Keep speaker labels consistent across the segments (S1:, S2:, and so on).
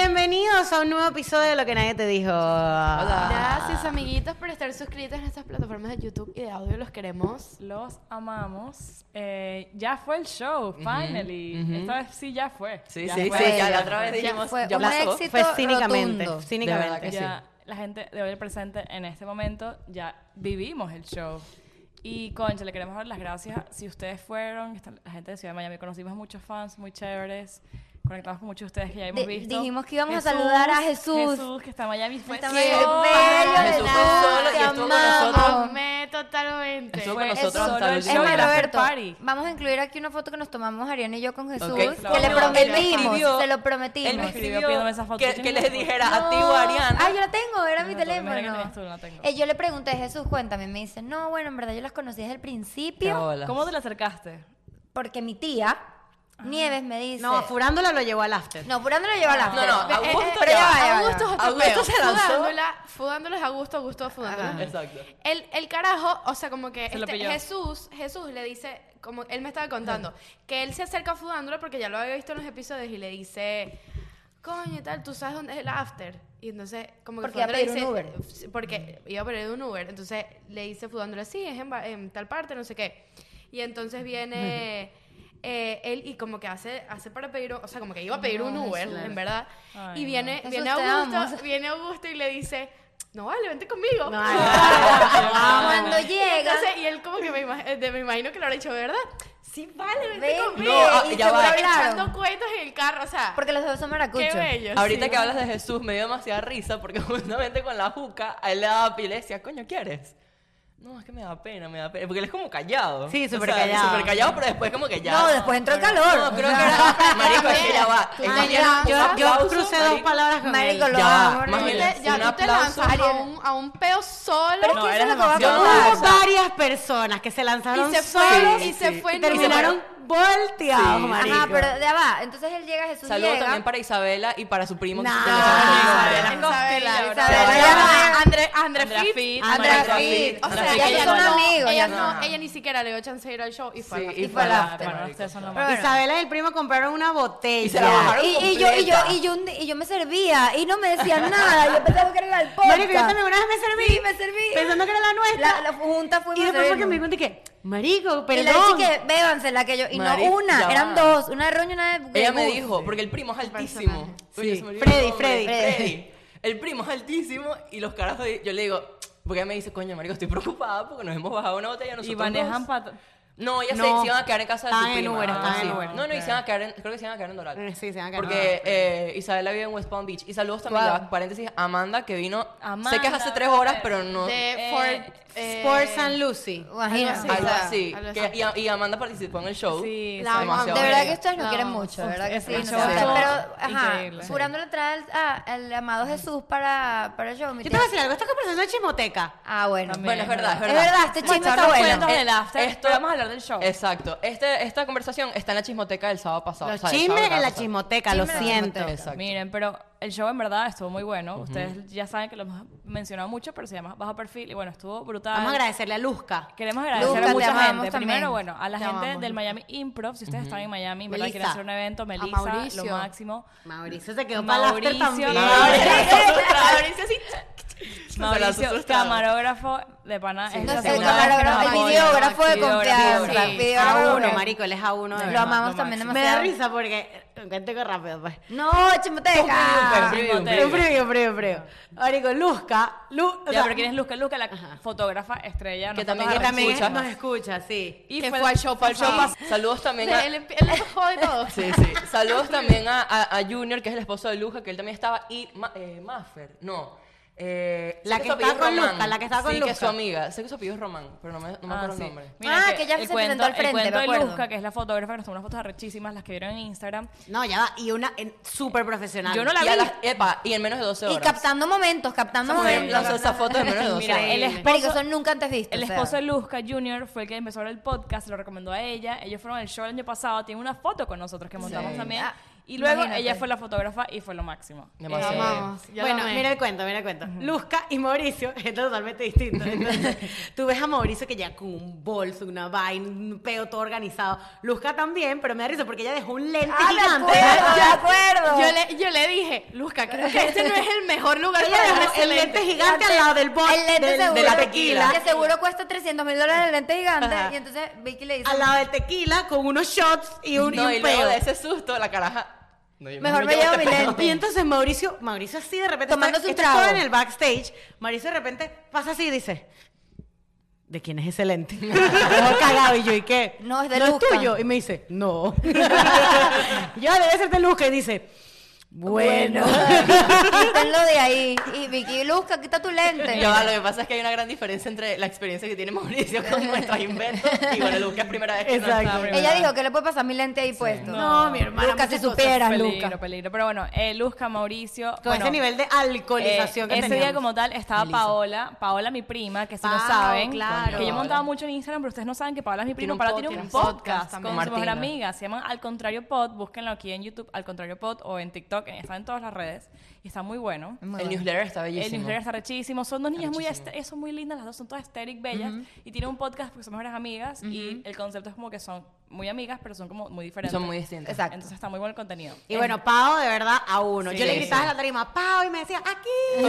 S1: Bienvenidos a un nuevo episodio de Lo que nadie te dijo.
S2: Gracias, amiguitos, por estar suscritos en estas plataformas de YouTube y de audio. Los queremos.
S3: Los amamos. Eh, ya fue el show, finally. Esta vez sí ya fue.
S4: Sí,
S3: Ya
S4: sí,
S3: fue.
S4: sí,
S3: Ya
S4: ya la
S3: fue.
S4: otra vez dijimos,
S5: fue
S4: ya
S5: un
S4: pasó.
S5: éxito.
S1: Fue cínicamente,
S5: rotundo.
S1: cínicamente.
S4: De verdad que sí.
S3: Ya la gente de hoy el presente en este momento ya vivimos el show. Y concha, le queremos dar las gracias. Si ustedes fueron, está la gente de Ciudad de Miami, conocimos muchos fans muy chéveres. Conectamos con muchos de ustedes que ya hemos
S5: Di-
S3: visto.
S5: dijimos que íbamos a saludar a Jesús.
S3: Jesús, que está en Miami. Fue
S5: Está
S3: so
S5: Miami.
S3: bello.
S5: Bello,
S4: Jesús fue
S5: ¿verdad?
S4: solo y
S5: Te
S4: estuvo con
S5: amamos.
S4: nosotros.
S2: Amé totalmente.
S4: Estuvo con
S3: Fue
S4: nosotros
S3: solo
S4: hasta el
S3: el
S5: Es
S3: show
S4: último
S5: más,
S3: del after
S5: Roberto,
S3: party.
S5: vamos a incluir aquí una foto que nos tomamos Ariana y yo con Jesús,
S4: Ok.
S5: que
S3: Él
S5: le
S3: me
S5: prometimos,
S4: escribió.
S5: se lo
S4: Él me
S5: prometimos.
S4: escribió
S3: escribió
S4: pidiéndome
S3: esas fotos.
S4: que,
S3: Yo
S4: que
S3: no
S4: les
S3: las
S4: dijera
S5: No.
S4: a ti o a Ariana.
S5: Ah, yo la tengo,
S3: Yo no
S5: era mi
S3: la tengo,
S5: teléfono.
S3: mira que tienes tú, no la tengo.
S5: Eh, yo le pregunté a Jesús, cuéntame, me dice, no, bueno, en verdad yo las conocí desde el
S4: Qué
S5: principio,
S4: bolas.
S3: ¿Cómo te la acercaste?
S5: porque mi tía, Nieves, me dice...
S1: No, Furándola lo llevó al after.
S5: No, Furando lo lleva a la
S4: No, no,
S5: pero-
S4: Augusto
S5: pero ya
S4: ya.
S5: va, ya va, ya
S2: eh, Augusto
S5: va.
S2: es otro
S4: Augusto
S2: peo.
S4: se lanzó.
S2: Fudándola- Fudándola es Augusto, Augusto es
S1: Ajá.
S2: Fudándola.
S4: Exacto.
S2: El, el carajo, o sea, como que
S3: Se lo
S2: este
S3: pilló.
S2: Jesús, Jesús le dice, como él me estaba contando, que él se acerca a Fudándola porque ya lo había visto en los episodios y le dice, coño, y tal, tú sabes dónde es el after. Y entonces, como que
S5: Porque iba a
S2: Fudándola
S5: pedir un Uber.
S2: Sí, Porque iba a pedir un Uber. Entonces le dice Fudándola, sí, es en, ba- en tal parte, no sé qué. Y entonces viene eh, él y como que hace, hace para pedir, o sea, como que iba a pedir un Uber, en verdad.
S3: Ay,
S2: y
S3: no.
S2: viene,
S5: Jesús,
S2: viene
S5: te
S2: Augusto,
S5: amamos.
S2: viene Augusto y le dice, no vale, vente conmigo.
S1: No, ay,
S5: Cuando
S2: Y
S5: llega...
S2: entonces, y él como que me, ima- eh, de- me imagino que lo habrá dicho, ¿verdad? Sí, vale, vente
S5: Ven,
S2: conmigo.
S4: No, ah,
S5: y
S4: ya
S5: se
S4: va.
S5: hablaron,
S2: Echando cuentos en el carro, o sea,
S5: porque los dos son
S2: qué
S5: maracuchos.
S2: bello.
S4: Ahorita
S2: sí.
S4: que hablas de Jesús me dio demasiada risa porque justamente con la juca a él le daba pila y decía, coño, ¿quieres? No, es que me da pena, me da pena. Porque él es como callado.
S1: Sí,
S4: O
S1: súper
S4: sea,
S1: callado.
S4: Súper callado, pero después como que ya.
S5: No, después entró el calor.
S4: No,
S5: o
S4: creo que
S5: sea,
S4: era. Marico, es que ya va.
S5: Tú
S4: Es
S1: Ay,
S4: más
S1: yo,
S4: bien un
S1: yo- yo
S4: aplauso,
S1: crucé dos
S4: marico.
S1: palabras con él.
S5: Marico, lo
S4: Ya va,
S5: amo.
S4: más
S2: Tú
S5: horrible.
S4: bien.
S2: te- ya
S4: Un
S2: tú te
S4: aplauso.
S2: lanzas a
S5: Ariel.
S2: un, a un peo solo.
S5: Pero es
S3: No,
S5: que eso
S3: eres
S5: es lo que va a
S3: demasiado-
S5: pasar.
S1: Hubo varias personas que se lanzaron
S2: y se
S1: solos
S2: fueron y se fue
S1: y terminaron volteados,
S4: Sí.
S1: marico.
S5: Ajá, pero ya va. Entonces él llega, Jesús
S4: Saludos
S5: llega.
S4: también para Isabela y para su primo. que
S1: Nah,
S4: se llama
S1: Isabela.
S4: Isabel.
S2: Isabela,
S5: Isabela.
S2: Isabela. André, André,
S3: Andrea
S2: Fit.
S3: Fit,
S1: Andrea
S3: Marica
S4: Fit.
S2: O
S4: Andrea
S2: sea,
S4: Fit.
S2: ella,
S4: Ellas
S2: no,
S4: son
S5: amigos,
S2: ella
S5: ya
S2: no,
S4: no.
S2: ella ni siquiera le dio chance de ir al show y fue.
S4: Sí,
S2: a la-
S4: y
S2: y
S4: fue
S5: fue
S4: al
S5: al
S4: after,
S3: Bueno,
S4: marico.
S3: ustedes son lo
S5: Pero
S3: más.
S5: bueno.
S1: Isabela y el primo compraron una botella.
S4: Y se la bajaron.
S5: Y, y yo, y, yo,
S4: completa.
S5: y, yo, un- y yo me servía y no me decían nada. Yo pensaba que era el podcast.
S1: Marico, yo también una vez me serví.
S5: Sí, me serví.
S1: Pensando que era la nuestra.
S5: La, la junta fuimos
S1: y después
S5: a
S1: fue que me
S5: servirnos.
S1: di cuenta y que, marico,
S5: Y le dije
S1: perdón.
S5: que bébanse la que yo. Y
S4: Mari-
S5: no una,
S4: ya
S5: eran
S4: va.
S5: dos. Una de Roño y una de.
S4: Ella me
S5: Gus.
S4: dijo, porque el primo es altísimo. Oye,
S1: Sí.
S4: se me olvidó el
S1: Freddy,
S4: nombre.
S1: Freddy.
S4: Freddy. El primo es altísimo y los carajos, de- yo le digo, porque ella me dice, coño, marico, estoy preocupada porque nos hemos bajado una botella nosotros
S3: Y manejan
S4: dos.
S3: para.
S4: No, ellas
S1: No.
S4: Se, se iban a quedar en casa de
S1: Estaban
S4: su
S1: en
S4: prima.
S1: Uber, estaban en
S4: sí.
S1: Uber. Eh,
S4: No, no, y se iban a quedar en, creo que se iban a quedar en Doral.
S1: Sí, se iban a quedar en
S4: Porque
S1: Doral,
S4: eh, Isabela vive en West Palm Beach. Y saludos también,
S5: Wow.
S4: ya va, paréntesis, Amanda, que vino, sé que es
S3: Amanda,
S4: hace tres horas, pero no...
S2: De
S3: Eh,
S2: Fort. eh,
S1: Sport San Lucy.
S5: Imagina.
S2: Algo
S4: Algo
S2: Sí,
S4: así.
S2: algo
S4: que-
S2: así.
S4: y a- y, Amanda participó en el show.
S3: Sí,
S2: La
S4: Demasiado
S2: amamos.
S5: De verdad que
S4: bella.
S5: ustedes nos
S2: No,
S5: quieren mucho, de ¿verdad? Que
S3: es
S5: sí,
S3: un
S5: no se
S3: show
S5: va a estar.
S3: todo
S5: Pero, ajá,
S3: increíble.
S5: jurando le trae al, a- al amado Jesús para, para yo.
S1: Yo
S5: mi
S1: te
S5: tía.
S1: voy a decir algo, esta conversación es chismoteca.
S5: Ah, bueno.
S3: También.
S4: Bueno, es verdad, es
S5: Es
S4: verdad.
S5: verdad, este chisme está bueno.
S3: cuentos del after, pero vamos a hablar del show.
S4: Exacto. Este, esta conversación está en la chismoteca del sábado pasado.
S1: Los
S4: o sea, del sábado
S1: chismes en la
S4: pasado.
S1: chismoteca,
S5: Chisme
S1: lo
S5: en la
S1: siento.
S5: chismoteca.
S4: Exacto.
S3: Miren, pero el show en verdad estuvo muy bueno. Ustedes ya saben que lo hemos mencionado mucho, pero se llama Bajo Perfil. Y bueno, estuvo brutal.
S1: Vamos a agradecerle a Luzca.
S3: Queremos agradecer
S5: Lucas,
S3: a
S5: te
S3: mucha
S5: amamos
S3: gente.
S5: también.
S3: Primero, bueno, a la
S2: Te
S3: gente
S2: amamos,
S3: del
S2: Lucas.
S3: Miami Improv. Si ustedes están en Miami, en ¿verdad?
S1: Melissa.
S3: Quieren hacer un evento. Melissa,
S2: Mauricio.
S3: lo máximo.
S1: Mauricio se quedó para el after
S3: Mauricio.
S1: también.
S3: Mauricio.
S2: Mauricio, sí.
S4: Se la
S3: Mauricio,
S4: asustó.
S3: camarógrafo de pana. es
S5: No
S3: la
S5: sé,
S3: segunda vez que
S5: camarógrafo,
S3: nos
S5: el
S3: apoya.
S5: videógrafo de
S3: Videógrafo,
S5: confianza.
S3: videógrafo.
S5: Sí.
S1: A uno,
S5: Ahora.
S1: marico, él es a uno. de
S5: Lo
S1: verdad.
S5: amamos
S3: lo
S5: también
S3: máximo.
S1: Me da
S5: demasiado.
S1: risa porque... eh, Cuéntame rápido, pues.
S5: No,
S4: Ah,
S5: chimoteca.
S3: Chismoteca.
S4: preview, preview.
S1: Un previo, un previo, un previo. Marico, Luzca, Lu, o
S3: Ya,
S1: sea,
S3: pero ¿quién es Luzca? Luzca, la fotógrafa estrella.
S4: Que
S3: nos
S4: también
S3: fotogra-
S1: que también
S4: Escucha.
S1: nos escucha, sí.
S3: Y
S2: Que
S3: fue
S2: fue al show, fue al show.
S4: Saludos también a...
S2: Él él es joven todo.
S4: Sí, sí. Saludos también a, a- a Junior, que es el esposo de Luja, que él también estaba. Y Ma- eh, Maffer, no. Eh, sé
S1: La que
S4: su apellido
S1: estaba con
S4: es Román.
S1: Luca, la que estaba con
S4: sí, que es su
S1: Luca.
S4: amiga. Sé que su apellido es Román, pero no me, no me acuerdo
S3: sí.
S4: el nombre.
S5: Ah, que ya
S3: el
S5: se presentó al frente,
S3: El cuento
S5: me
S3: de
S5: acuerdo.
S3: Luzca, que es la fotógrafa que nos tomó unas fotos arrechísimas, las que vieron en Instagram.
S1: No, ya va. Y una en- súper profesional.
S3: Yo no la
S4: y,
S3: vi.
S4: a las- epa, y en menos de 12
S5: Y
S4: horas.
S5: captando momentos, captando
S4: Mujer
S5: momentos.
S4: lanzó esa foto en menos de 12
S3: Mira,
S4: horas.
S3: el
S5: Pero
S3: esposo,
S5: eso nunca antes visto.
S3: el
S5: o sea.
S3: esposo de Luzca Junior fue el que empezó a ver el podcast, se lo recomendó a ella. Ellos fueron al show el año pasado, tiene una foto con nosotros que montamos también.
S5: Ah.
S3: Y luego
S5: Imagínate.
S3: ella fue la fotógrafa y fue lo máximo.
S4: Demasiado.
S3: Eh,
S2: Amamos. Ya
S1: bueno,
S2: la amé.
S1: mira el cuento, mira el cuento. Luzca y Mauricio es totalmente distinto. Entonces, tú ves a Mauricio que ya con un bolso, una vaina, un peo todo organizado. Luzca también, pero me da risa porque ella dejó un lente
S5: ¡Ah, me
S1: gigante.
S5: acuerdo, me acuerdo!
S2: Yo le, yo le dije, Luzca, creo que este no es el mejor lugar
S1: Ella
S2: para
S1: dejó
S2: dejar ese
S1: el
S2: lente".
S1: lente gigante al lado del bol,
S5: El lente
S1: del- de,
S5: seguro,
S1: la tequila.
S5: Que seguro cuesta 300 mil dólares el lente gigante.
S4: Ajá.
S5: Y entonces Vicky le dice,
S1: Al lado del tequila con unos shots y un, y
S4: no,
S1: un
S4: y luego
S1: peo.
S4: de ese susto, la caraja. no, yo
S5: Mejor me llevo
S4: este
S5: mi
S4: peo.
S5: lente.
S1: Y entonces Mauricio, Mauricio así de repente, está-
S5: Tomándose un
S1: está
S5: trago.
S1: todo en el backstage, Mauricio de repente pasa así y dice, ¿de quién es ese lente? Todo cagado y yo, ¿y qué?
S5: No, es de
S1: ¿No
S5: Luzca".
S1: es tuyo? Y me dice, no. yo, debe ser de Luzca. Y dice, bueno.
S5: quítenlo de ahí. Y Vicky, Luzca, quita tu lente.
S4: Ya va, lo que pasa es que hay una gran diferencia entre la experiencia que tiene Mauricio con nuestros inventos y bueno, Lucas es primera vez que no
S1: Exacto.
S4: sabe.
S5: Ella dijo que le puede pasar mi lente ahí puesto.
S1: No, mi hermana.
S5: Luzca, si
S1: muchas cosas.
S5: supieras,
S3: peligro,
S5: Luzca.
S3: peligro. Pero bueno, eh, Luzca, Mauricio.
S1: Con
S3: bueno,
S1: ese nivel de alcoholización
S3: eh,
S1: que
S3: ese
S1: teníamos.
S3: día como tal estaba Paola, Paola mi prima, que si no
S1: Pao,
S3: saben,
S1: claro.
S3: que yo
S4: Paola.
S3: montaba mucho en Instagram, pero ustedes no saben que Paola es mi prima,
S4: Tiene un
S3: Paola
S4: pod-
S3: tiene
S4: tiene
S3: un
S4: un podcast
S3: podcast
S2: también.
S3: con su mejor
S4: Martina.
S3: amiga, se llama Al Contrario Pod, búsquenlo aquí en YouTube, Al Contrario Pod o en TikTok, eh, está en todas las redes y está muy bueno.
S5: Muy
S4: El
S5: bueno.
S4: newsletter está bellísimo.
S3: El newsletter está rechísimo. Son dos niñas muy
S4: rechísimo.
S3: este- son muy lindas, las dos son todas estéril, bellas. Y tienen un podcast porque son mejores amigas. Y el concepto es como que son muy amigas, pero son como muy diferentes.
S4: Son muy distintas.
S5: Exacto.
S3: Entonces está muy bueno el contenido.
S1: Y bueno, Pau de verdad a uno.
S4: Sí,
S1: yo le gritaba
S4: sí.
S1: a la tarima, Pau, y me decía, aquí.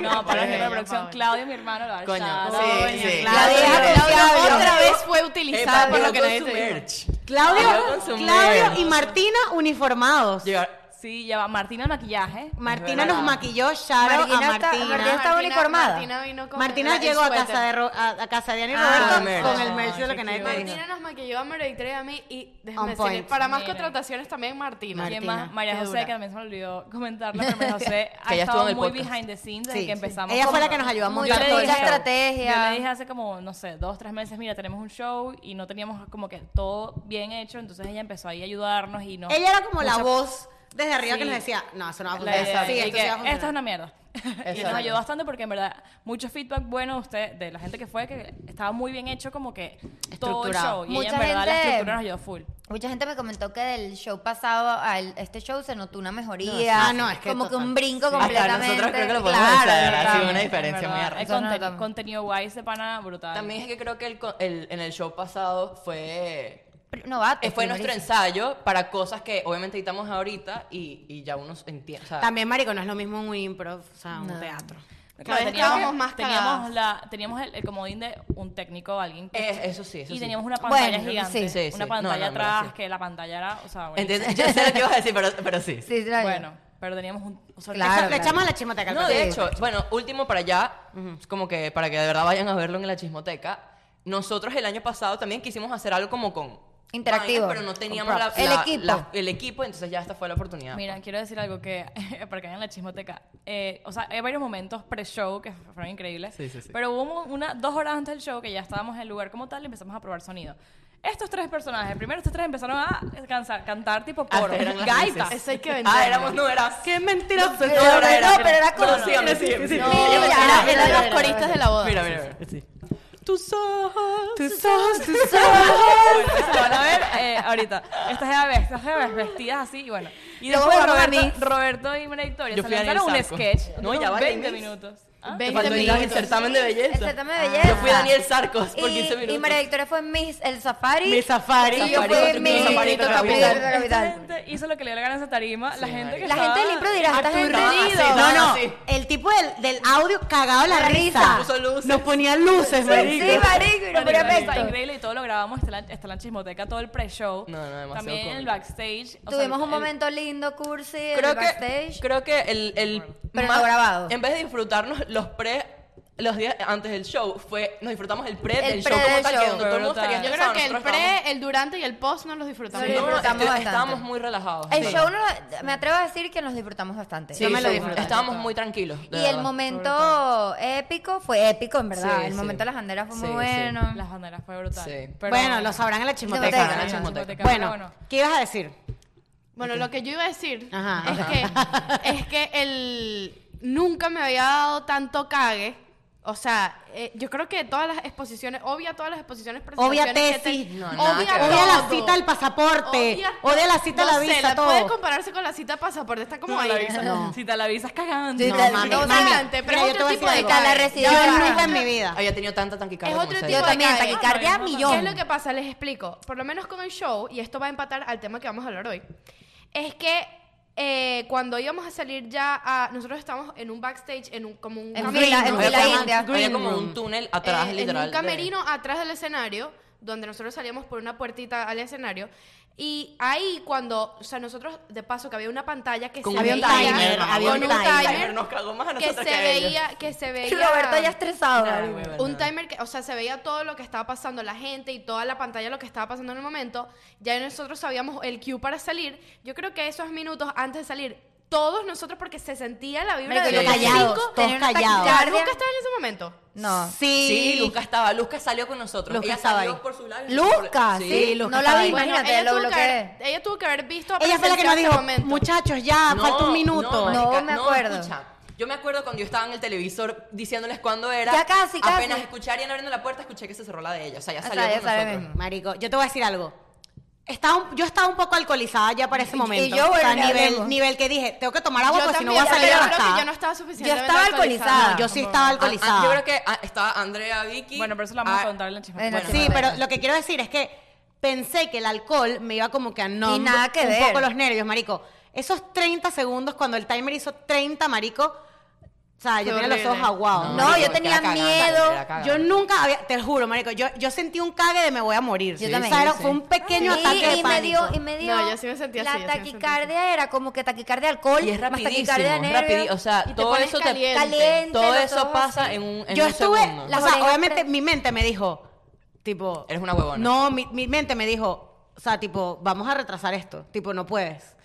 S3: No, para
S2: Ella,
S3: la producción,
S2: Paola.
S3: Claudio, mi hermano, lo va a
S4: Coño,
S3: echar.
S4: sí,
S1: Coño,
S4: sí.
S1: claro. La vieja
S2: Claudia
S5: confiable.
S2: otra vez fue
S4: Eh,
S2: utilizada
S4: pa,
S2: por lo
S4: llegó
S2: que
S4: con
S2: nadie
S4: su
S2: te dijo.
S4: merch. Llegó
S1: Claudio,
S4: con su
S1: Claudio
S4: merch.
S1: y Martina uniformados.
S4: Llegar-
S3: Sí, ya va. Martina el maquillaje.
S1: Martina
S4: Es verdad.
S1: nos maquilló, Sharo
S5: Martina
S1: a
S5: está-
S1: Martina.
S5: Martina estaba uniformada.
S2: Martina vino con
S1: Martina
S2: el- el
S1: llegó a
S2: suéter.
S1: casa de Ro- a, a casa de Diana y
S5: Ah,
S4: el merch.
S1: Roberto con el
S3: Ay,
S1: merch de lo
S3: qué
S1: que nadie
S3: cute.
S1: te dijo.
S2: Martina nos maquilló a Meredith y a mí y
S1: On
S2: déjame decirles,
S1: point.
S2: para más
S3: Miren.
S2: contrataciones también Martina.
S1: Mar-
S3: ¿Quién
S1: Martina,
S3: más? María
S2: qué
S3: José,
S2: dura.
S3: que también se me olvidó comentarla, pero María José ha
S4: ella estuvo
S3: estado
S4: en el
S3: muy
S4: podcast.
S3: behind the scenes desde
S1: Sí,
S3: que
S1: sí.
S3: empezamos.
S1: Ella fue la
S3: con-
S1: que nos ayudó a
S5: Mucho,
S3: Yo
S1: montar
S3: le
S5: mucha
S1: todo
S3: dije-
S1: el show.
S5: estrategia.
S3: Yo le dije hace como, no sé, dos, tres meses, mira, tenemos un show y no teníamos como que todo bien hecho, entonces ella empezó ahí a ayudarnos y no.
S1: Ella era como la
S3: Mucha-
S1: voz desde arriba que
S3: Sí.
S1: nos decía, no, eso no va a
S3: la
S1: funcionar.
S3: idea,
S1: Sí,
S3: y
S1: esto
S3: que,
S1: sí va a funcionar.
S3: esto es una mierda. Y nos
S4: Exacto.
S3: ayudó bastante porque en verdad mucho feedback bueno de usted de la gente que fue que estaba muy bien hecho como que todo el
S1: Estructurado.
S3: show y
S5: Mucha
S3: ella en verdad la
S5: gente-
S3: estructura nos ayudó full.
S5: Mucha gente me comentó que del show pasado al este show se notó una mejoría.
S1: No, ah, no, es que
S5: como que
S1: total.
S5: un brinco
S4: Hasta
S5: completamente.
S4: nosotros creo que lo podemos
S5: Claro,
S4: hacer. Ha sido
S5: totalmente.
S4: una
S3: En
S4: diferencia muy
S3: verdad,
S4: arrecha.
S3: el
S5: Eso no,
S3: conte-
S5: también.
S3: contenido guay de pana brutal.
S4: También es que creo que el co- el- en el show pasado fue...
S5: Pero Novato.
S4: eh, Fue nuestro
S5: primerizo.
S4: ensayo para cosas que obviamente editamos ahorita y, y ya uno entiende. o sea,
S1: También, marico, no es lo mismo un improv, o sea, un teatro.
S3: Claro,
S2: Cada vez
S3: teníamos,
S2: estábamos más
S3: teníamos,
S2: cagadas.
S3: la, teníamos el, el comodín de un técnico o alguien. que-
S4: Eh, eso sí, eso
S3: y
S4: sí.
S3: teníamos una pantalla
S5: Bueno,
S3: gigante.
S5: sí.
S4: Sí, sí.
S3: Una
S4: No, no,
S3: pantalla
S4: en verdad,
S3: atrás
S4: sí.
S3: que la pantalla era, o sea, bueno.
S4: ¿Entiendes? Yo sé lo que ibas a decir, pero, pero sí.
S5: Sí, claro.
S3: Bueno, pero teníamos un... o sea,
S5: Claro,
S1: Le echamos a la chimateca. al
S4: No,
S1: principio.
S4: de hecho, bueno, último para allá, es como que para que de verdad vayan a verlo en la chismoteca. Nosotros el año pasado también quisimos hacer algo como con
S5: Interactivo.
S4: vainas, pero no teníamos
S5: Con
S4: la-
S5: props. El
S4: la-
S5: equipo.
S4: la- el equipo, entonces ya esta fue la oportunidad.
S3: Mira, quiero decir algo que, para que vean la chismoteca. Eh, o sea, hay varios momentos pre-show que fueron increíbles.
S4: Sí, sí, sí.
S3: Pero hubo un- una, dos horas antes del show que ya estábamos en el lugar como tal y empezamos a probar sonido. Estos tres personajes, primero estos tres empezaron a cansa- cantar tipo
S4: Ah,
S3: coro,
S4: eran las
S3: gaita.
S4: luces.
S2: Eso hay que venderlo.
S4: Ah, éramos números.
S1: Qué mentiroso.
S5: Pero, pero no, pero era como-
S4: No, sígueme, sígueme, sígueme.
S2: No,
S5: Mira,
S2: era-
S5: mira,
S2: eran
S5: mira,
S2: los
S5: mira,
S2: coristas de la boda.
S4: Mira, mira, mira. Tus ojos.
S1: Tus ojos, tus ojos.
S3: Bueno, eso lo van a ver eh, ahorita. Estas jevas, estas jevas vestidas así y bueno. Y
S5: Lo
S3: después
S5: voy a grabar
S3: Roberto,
S5: mis-
S3: Roberto y María Victoria
S4: Yo
S3: se
S4: fui a
S3: lanzaron un
S4: Daniel Sarco.
S3: sketch.
S4: No,
S3: duró
S4: ya vale,
S3: 20
S4: mis.
S3: minutos. ¿Ah?
S2: 20
S4: Cuando ibas
S2: minutos.
S4: el certamen de belleza.
S5: El certamen Este, de belleza.
S4: Yo fui Daniel Sarcos por
S5: Y-
S4: 15 minutos.
S5: Y María Victoria fue Miss El Safari.
S1: Mi safari.
S5: Y yo
S4: Safari,
S5: fui
S4: otro
S5: Miss
S4: Safarito
S5: Miss
S4: Capital.
S5: Safarito
S3: Ah, Esta
S5: Capital.
S3: gente hizo lo que le dio la gana a esa tarima. la gente que
S5: La gente del
S3: estaba-
S5: libro dirá, estás
S4: Aturdido.
S5: entendido.
S1: No, no,
S4: Sí.
S1: el tipo del, del audio cagado la,
S5: La risa.
S1: risa.
S4: Puso luces.
S1: Nos ponía luces, marico.
S5: Sí, marico, y no
S3: Marico,
S5: ponía
S3: está
S5: efecto.
S3: increíble y todo lo grabamos. Está en la, está en la chismoteca, todo el pre-show.
S4: No, no, demasiado
S3: También el
S4: cómico.
S3: backstage. o sea,
S5: Tuvimos un
S3: el-
S5: momento lindo, cursi, en el
S4: creo
S5: backstage.
S4: que creo que el, el
S5: Pero no grabado.
S4: en vez de disfrutarnos los pre los días antes del show fue nos disfrutamos el pre
S5: El
S4: del
S5: pre
S4: show como
S5: del
S4: tal
S5: show.
S4: que donde todo el mundo estaría
S2: Yo creo
S4: estresado,
S2: que el
S4: nosotros
S2: pre, el durante y el post no los disfrutamos.
S5: Sí,
S4: estábamos- no, no,
S5: Lo disfrutamos
S4: estu-
S5: bastante.
S4: estábamos muy relajados
S5: El
S4: sí.
S5: show, no- me atrevo a decir que nos disfrutamos bastante.
S4: Sí,
S1: Yo me lo
S4: sí,
S1: disfruté.
S4: estábamos muy tranquilos de
S5: Y el
S4: verdad.
S5: momento épico fue épico, en verdad.
S4: Sí,
S5: el
S4: sí.
S5: momento de las banderas fue muy
S4: Sí, sí.
S5: bueno.
S3: Las banderas fue brutal.
S4: Sí.
S3: Pero-
S1: Bueno, lo sabrán en la chismoteca.
S5: Chismoteca, en la
S1: Ajá.
S4: chismoteca.
S3: Bueno.
S1: Bueno, ¿qué ibas a decir?
S2: Bueno, lo que yo iba a decir
S1: Ajá.
S2: es que es que el nunca me había dado tanto cague. O sea, eh, yo creo que todas las exposiciones, obvia todas las exposiciones
S1: Obvia
S2: presentaciones que
S1: tesis.
S2: te-
S1: No,
S4: nada
S2: obvia
S4: que ver.
S1: Odia la
S2: todo.
S1: cita al pasaporte.
S2: Obvia-
S1: Odia la cita
S2: no
S1: a la
S2: sé,
S1: visa,
S2: Puede
S1: todo.
S2: compararse con la cita pasaporte, está como
S3: No,
S2: ahí.
S3: la visa-
S1: No.
S3: Si te la avisas cagando.
S5: Sí, la-
S1: mami,
S5: no,
S1: mami,
S2: adelante, pero
S1: mira,
S2: es
S1: yo
S2: otro
S1: te voy a
S2: tipo
S1: decir
S2: de
S1: algo.
S5: la residencia.
S1: Yo nunca en mi vida.
S4: Había tenido tanta tanquicardia
S2: Es
S4: como
S2: otro
S4: ustedes.
S5: Yo
S2: tipo de
S5: también,
S2: cae.
S5: taquicardia,
S3: Ah, no,
S5: millón.
S3: yo.
S2: ¿Qué es lo que pasa? Les explico. Por lo menos con el show, y esto va a empatar al tema que vamos a hablar hoy, es que eh, cuando íbamos a salir ya a... Nosotros estábamos en un backstage, en un como un
S5: En
S2: camerino.
S5: fila- en
S4: Había
S5: fila
S4: como-
S5: india.
S4: Había
S1: Green
S4: como
S1: room.
S4: un túnel
S2: eh,
S4: atrás,
S2: en
S4: literal.
S2: un
S4: de-
S2: camerino atrás del escenario, donde nosotros salíamos por una puertita al escenario. Y ahí cuando, o sea, nosotros, de paso, que había una pantalla que
S4: Con
S2: se
S1: Había un
S2: veía,
S1: timer,
S2: con
S1: había un timer.
S4: Nos cagó más a
S2: que se
S4: nosotros que a ellos.
S2: veía, que se veía.
S5: Roberto ya estresado.
S4: Nah,
S5: marico.
S4: huevona.
S2: Un timer que, o sea, se veía todo lo que estaba pasando, la gente y toda la pantalla lo que estaba pasando en el momento. Ya nosotros sabíamos el cue para salir. Yo creo que esos minutos antes de salir, todos nosotros, porque se sentía la vibra
S5: Marico,
S2: de
S4: yo
S2: los
S1: callados,
S2: cinco.
S1: todos
S5: tenía una
S1: callados.
S2: Ya,
S5: taquicardia.
S2: Luca estaba en ese momento.
S5: No.
S4: Sí,
S1: Sí,
S4: Luzca estaba. Luzca salió con nosotros.
S1: Luzca
S4: Ella
S1: estaba
S4: salió
S1: ahí.
S4: por su lado. y nosotros por-
S5: Luzca,
S4: Sí.
S5: sí, no la vi,
S2: Bueno,
S5: imagínate,
S2: ella,
S5: lo
S2: tuvo que haber,
S5: bloqueé.
S2: ella tuvo que haber visto.
S1: Ella fue la que nos
S2: presenciar
S1: dijo,
S2: ese momento.
S1: muchachos,
S5: Ah,
S1: ya, falta un minuto.
S5: No,
S4: marica,
S5: me acuerdo.
S4: escucha. Yo me acuerdo cuando yo estaba en el televisor diciéndoles cuándo era.
S5: Ya casi, casi.
S4: Apenas escuchar y abriendo la puerta, escuché que se cerró la de ella. O sea, ya
S5: O sea,
S4: salió
S5: ya
S4: con
S5: sabe
S4: nosotros.
S5: mismo.
S1: Marico, yo te voy a decir algo. Estaba un- yo estaba un poco alcoholizada ya para ese
S5: Y- y
S1: momento.
S5: yo,
S1: o sea,
S5: bueno, ya
S1: nivel,
S5: vemos.
S1: nivel que dije, tengo que tomar agua
S2: yo
S1: porque si no
S2: también,
S1: voy a salir
S2: pero creo que
S1: arrastada.
S2: yo no estaba suficiente.
S5: estaba alcoholizada.
S1: No, yo sí estaba
S4: Ah, ah,
S1: alcoholizada.
S4: Yo creo que ah, estaba Andrea, Vicky.
S3: Bueno, pero eso lo vamos a
S4: ah,
S3: contar en la chisma.
S5: en la
S4: Bueno,
S1: Sí,
S5: chimba.
S1: pero lo que quiero decir es que pensé que el alcohol me iba como que a no
S5: Y nada que
S1: un
S5: ver.
S1: poco los nervios, marico. Esos 30 segundos cuando el timer hizo 30, marico, o sea, yo
S2: Fue
S1: tenía los ojos
S2: horrible.
S1: aguados.
S5: No,
S4: marico,
S5: yo
S4: era
S5: tenía
S4: cagada,
S5: miedo.
S4: era cagada.
S1: Yo nunca había, te juro, marico, yo, yo sentí un cague de me voy a morir.
S5: Yo
S1: Sí,
S5: también,
S1: o sea, era-
S5: sí.
S1: fue un pequeño
S5: Sí,
S1: ataque
S5: y
S1: de
S5: me dio,
S1: pánico.
S5: y me dio.
S2: No, yo sí me sentí
S5: La
S2: así, yo sí me sentí
S5: taquicardia era como que taquicardia de alcohol.
S4: Y es
S5: más
S4: rapidísimo.
S5: taquicardia de
S4: es
S5: nervios.
S4: rapidi- O sea,
S2: Y te
S4: todo
S2: pones
S4: eso te...
S2: caliente.
S5: Caliente,
S4: Todo
S5: los
S4: eso
S5: ojos
S4: pasa
S5: así.
S4: en un en
S1: yo
S4: un
S1: estuve,
S4: segundo.
S1: o
S5: Las
S1: sea,
S5: orejas
S1: obviamente
S5: tres-
S1: mi mente me dijo, tipo,
S4: Eres una huevona.
S1: no, mi, mi mente me dijo, o sea, tipo, vamos a retrasar esto, tipo, no puedes.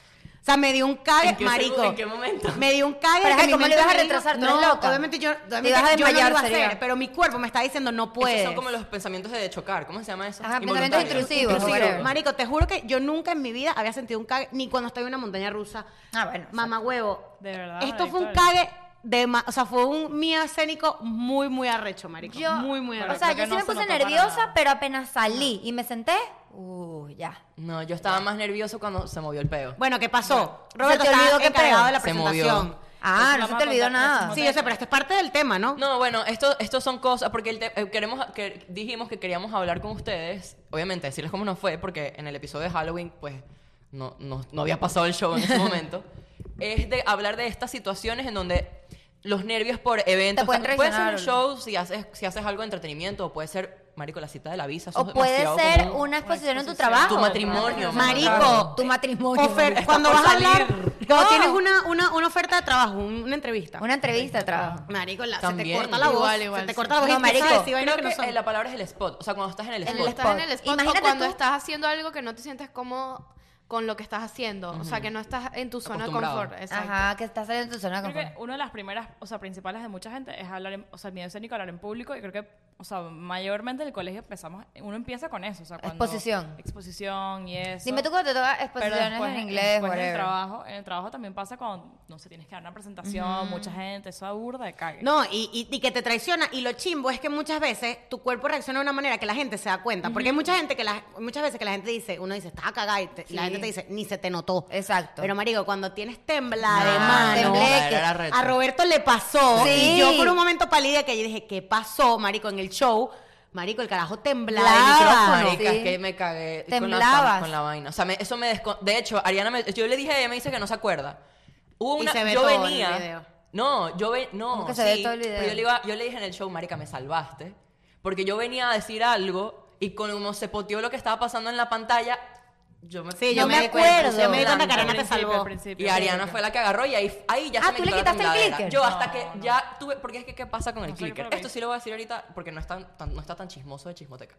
S1: O sea, me dio un cague,
S4: ¿En qué
S1: marico.
S4: segu- en qué momento?
S1: Me dio un cague.
S5: Pero,
S1: que
S5: ay,
S1: mi
S5: ¿cómo le
S1: mente
S5: ibas a
S1: me dijo-
S5: retrasar? Tú eres
S1: No,
S5: loca.
S1: obviamente yo, obviamente
S5: ibas
S1: yo no
S5: a
S1: lo iba a
S5: desmayar, sería.
S1: hacer, pero mi cuerpo me está diciendo no
S4: Esos
S1: puedes.
S4: son como los pensamientos de chocar. ¿Cómo se llama eso?
S5: Ajá, pensamientos
S4: Involuntarios.
S5: intrusivos,
S1: Inclusive,
S5: whatever.
S1: marico, te juro que yo nunca en mi vida había sentido un cague, ni cuando estoy en una montaña rusa.
S5: Ah, bueno.
S1: Mamá huevo.
S3: De verdad,
S1: Esto fue un
S3: Victoria.
S1: cague de, ma- o sea, fue un mío escénico muy, muy arrecho, marico.
S5: Yo,
S1: muy, muy
S5: O
S1: arrecho.
S5: sea,
S3: Creo
S5: yo
S3: que
S5: sí
S3: no
S5: me
S3: se
S5: puse
S3: notó para
S5: nerviosa,
S3: nada.
S5: pero apenas salí y me senté, uh, ya.
S4: No, yo estaba más nervioso cuando se movió el peo.
S1: Bueno, ¿qué pasó? Roberto
S5: ¿Se te
S1: estaba
S5: olvidó qué
S1: encargado
S5: pedo?
S1: de la
S4: Se movió.
S1: presentación.
S5: Ah,
S3: Eso
S5: no
S3: lo
S5: se
S3: vamos
S5: te
S3: a
S5: olvidó
S3: contar en
S5: nada.
S3: próximo
S1: Sí, yo sé, pero esto es parte del tema, ¿no?
S4: No, bueno, esto, estos son cosas, porque el te- eh, queremos, que dijimos que queríamos hablar con ustedes, obviamente decirles cómo nos fue, porque en el episodio de Halloween, pues, no, no, no había pasado el show en ese momento, es de hablar de estas situaciones en donde los nervios por eventos,
S5: pueden
S4: o sea, puede ser
S5: traicionar,
S4: un show si haces, si haces algo de entretenimiento, o puede ser, marico, la cita de la visa, eso
S5: O
S4: es
S5: puede
S4: demasiado
S5: ser
S4: común.
S5: una exposición en tu
S3: exposición.
S5: trabajo.
S4: Tu matrimonio,
S1: Marico.
S5: Tu matrimonio.
S1: Ofer-
S5: marico.
S1: cuando
S4: por
S1: vas a hablar,
S4: salir.
S1: cuando
S5: eh, No.
S1: tienes una, una, una oferta de trabajo, un- una entrevista.
S5: Una entrevista de trabajo.
S1: Marico, la- se te
S4: También.
S1: corta la voz.
S2: Igual, igual,
S1: se te
S2: sí.
S1: corta la voz
S5: No,
S1: y empiezas
S5: marico,
S1: a decir vainas
S4: Creo
S1: que
S4: que
S1: no son.
S4: eh, la palabra es el spot, o sea, cuando estás en el
S5: En el
S4: spot.
S2: Estás en el spot
S5: Imagínate
S2: o cuando
S5: tú-
S2: estás haciendo algo que no te sientes cómodo con lo que estás haciendo. O sea, que no estás en tu zona de
S4: Acostumbrado.
S2: confort. Exacto.
S5: Ajá, que estás saliendo de tu zona de
S3: Creo que
S5: confort.
S3: una de las primeras, o sea, principales de mucha gente es hablar, en, o sea, el miedo escénico, hablar en público. Y creo que, o sea, mayormente en el colegio empezamos, uno empieza con eso. O sea, cuando-
S5: Exposición.
S3: Exposición y eso.
S5: Dime tú cuando te toca exposiciones en inglés,
S3: después en el
S5: whatever.
S3: trabajo, en el trabajo también pasa cuando, no sé, tienes que dar una presentación, mucha gente, eso aburda de cague.
S1: No, y, y- y que te traiciona. Y lo chimbo es que muchas veces tu cuerpo reacciona de una manera que la gente se da cuenta. Porque hay mucha gente que la, muchas veces que la gente dice, uno dice, estás cagada, y te- la
S5: Sí.
S1: gente te dice, ni se te notó.
S5: Exacto.
S1: Pero, marico, cuando tienes tembla de
S4: Ah,
S1: mano,
S5: tembleque.
S4: era reto.
S1: a Roberto le pasó.
S5: Sí.
S1: Y yo por un momento palidea que yo dije, ¿qué pasó, marico, en el show? Marico, el carajo temblaba.
S5: Claro,
S1: micrófono.
S4: Marica,
S5: Sí.
S4: es que me cagué con la,
S5: Temblabas.
S4: con la vaina. O sea, me- eso me descon... De hecho, Ariana, me- yo le dije a ella, me dice que no se acuerda. Hubo
S1: Y
S4: una...
S1: se ve
S4: yo
S1: todo en el
S4: venía...
S1: video.
S4: No, yo ve... No,
S5: ¿Cómo que se ve
S4: sí,
S5: todo el video?
S4: Pero yo le, iba- yo le dije en el show, marica, me salvaste. Porque yo venía a decir algo y como se poteó lo que estaba pasando en la pantalla, yo me...
S1: Sí, yo
S5: No
S1: me,
S5: me
S1: di cuenta,
S5: acuerdo.
S1: Yo me di cuenta que
S4: Blanca,
S1: Ariana te
S3: principio,
S1: salvó.
S3: principio.
S4: Y Ariana fue la que agarró y ahí, ahí ya
S5: Ah,
S4: se me
S5: ¿tú le
S4: quitó la
S5: quitaste el
S4: tembladera.
S5: clicker?
S4: Yo
S5: No,
S4: hasta que ya tuve, porque es que qué pasa con el
S3: No sé qué
S4: clicker.
S3: fue lo que
S4: Esto sí
S3: hice.
S4: lo voy a decir ahorita porque no, es tan, tan- no está tan chismoso de chismoteca.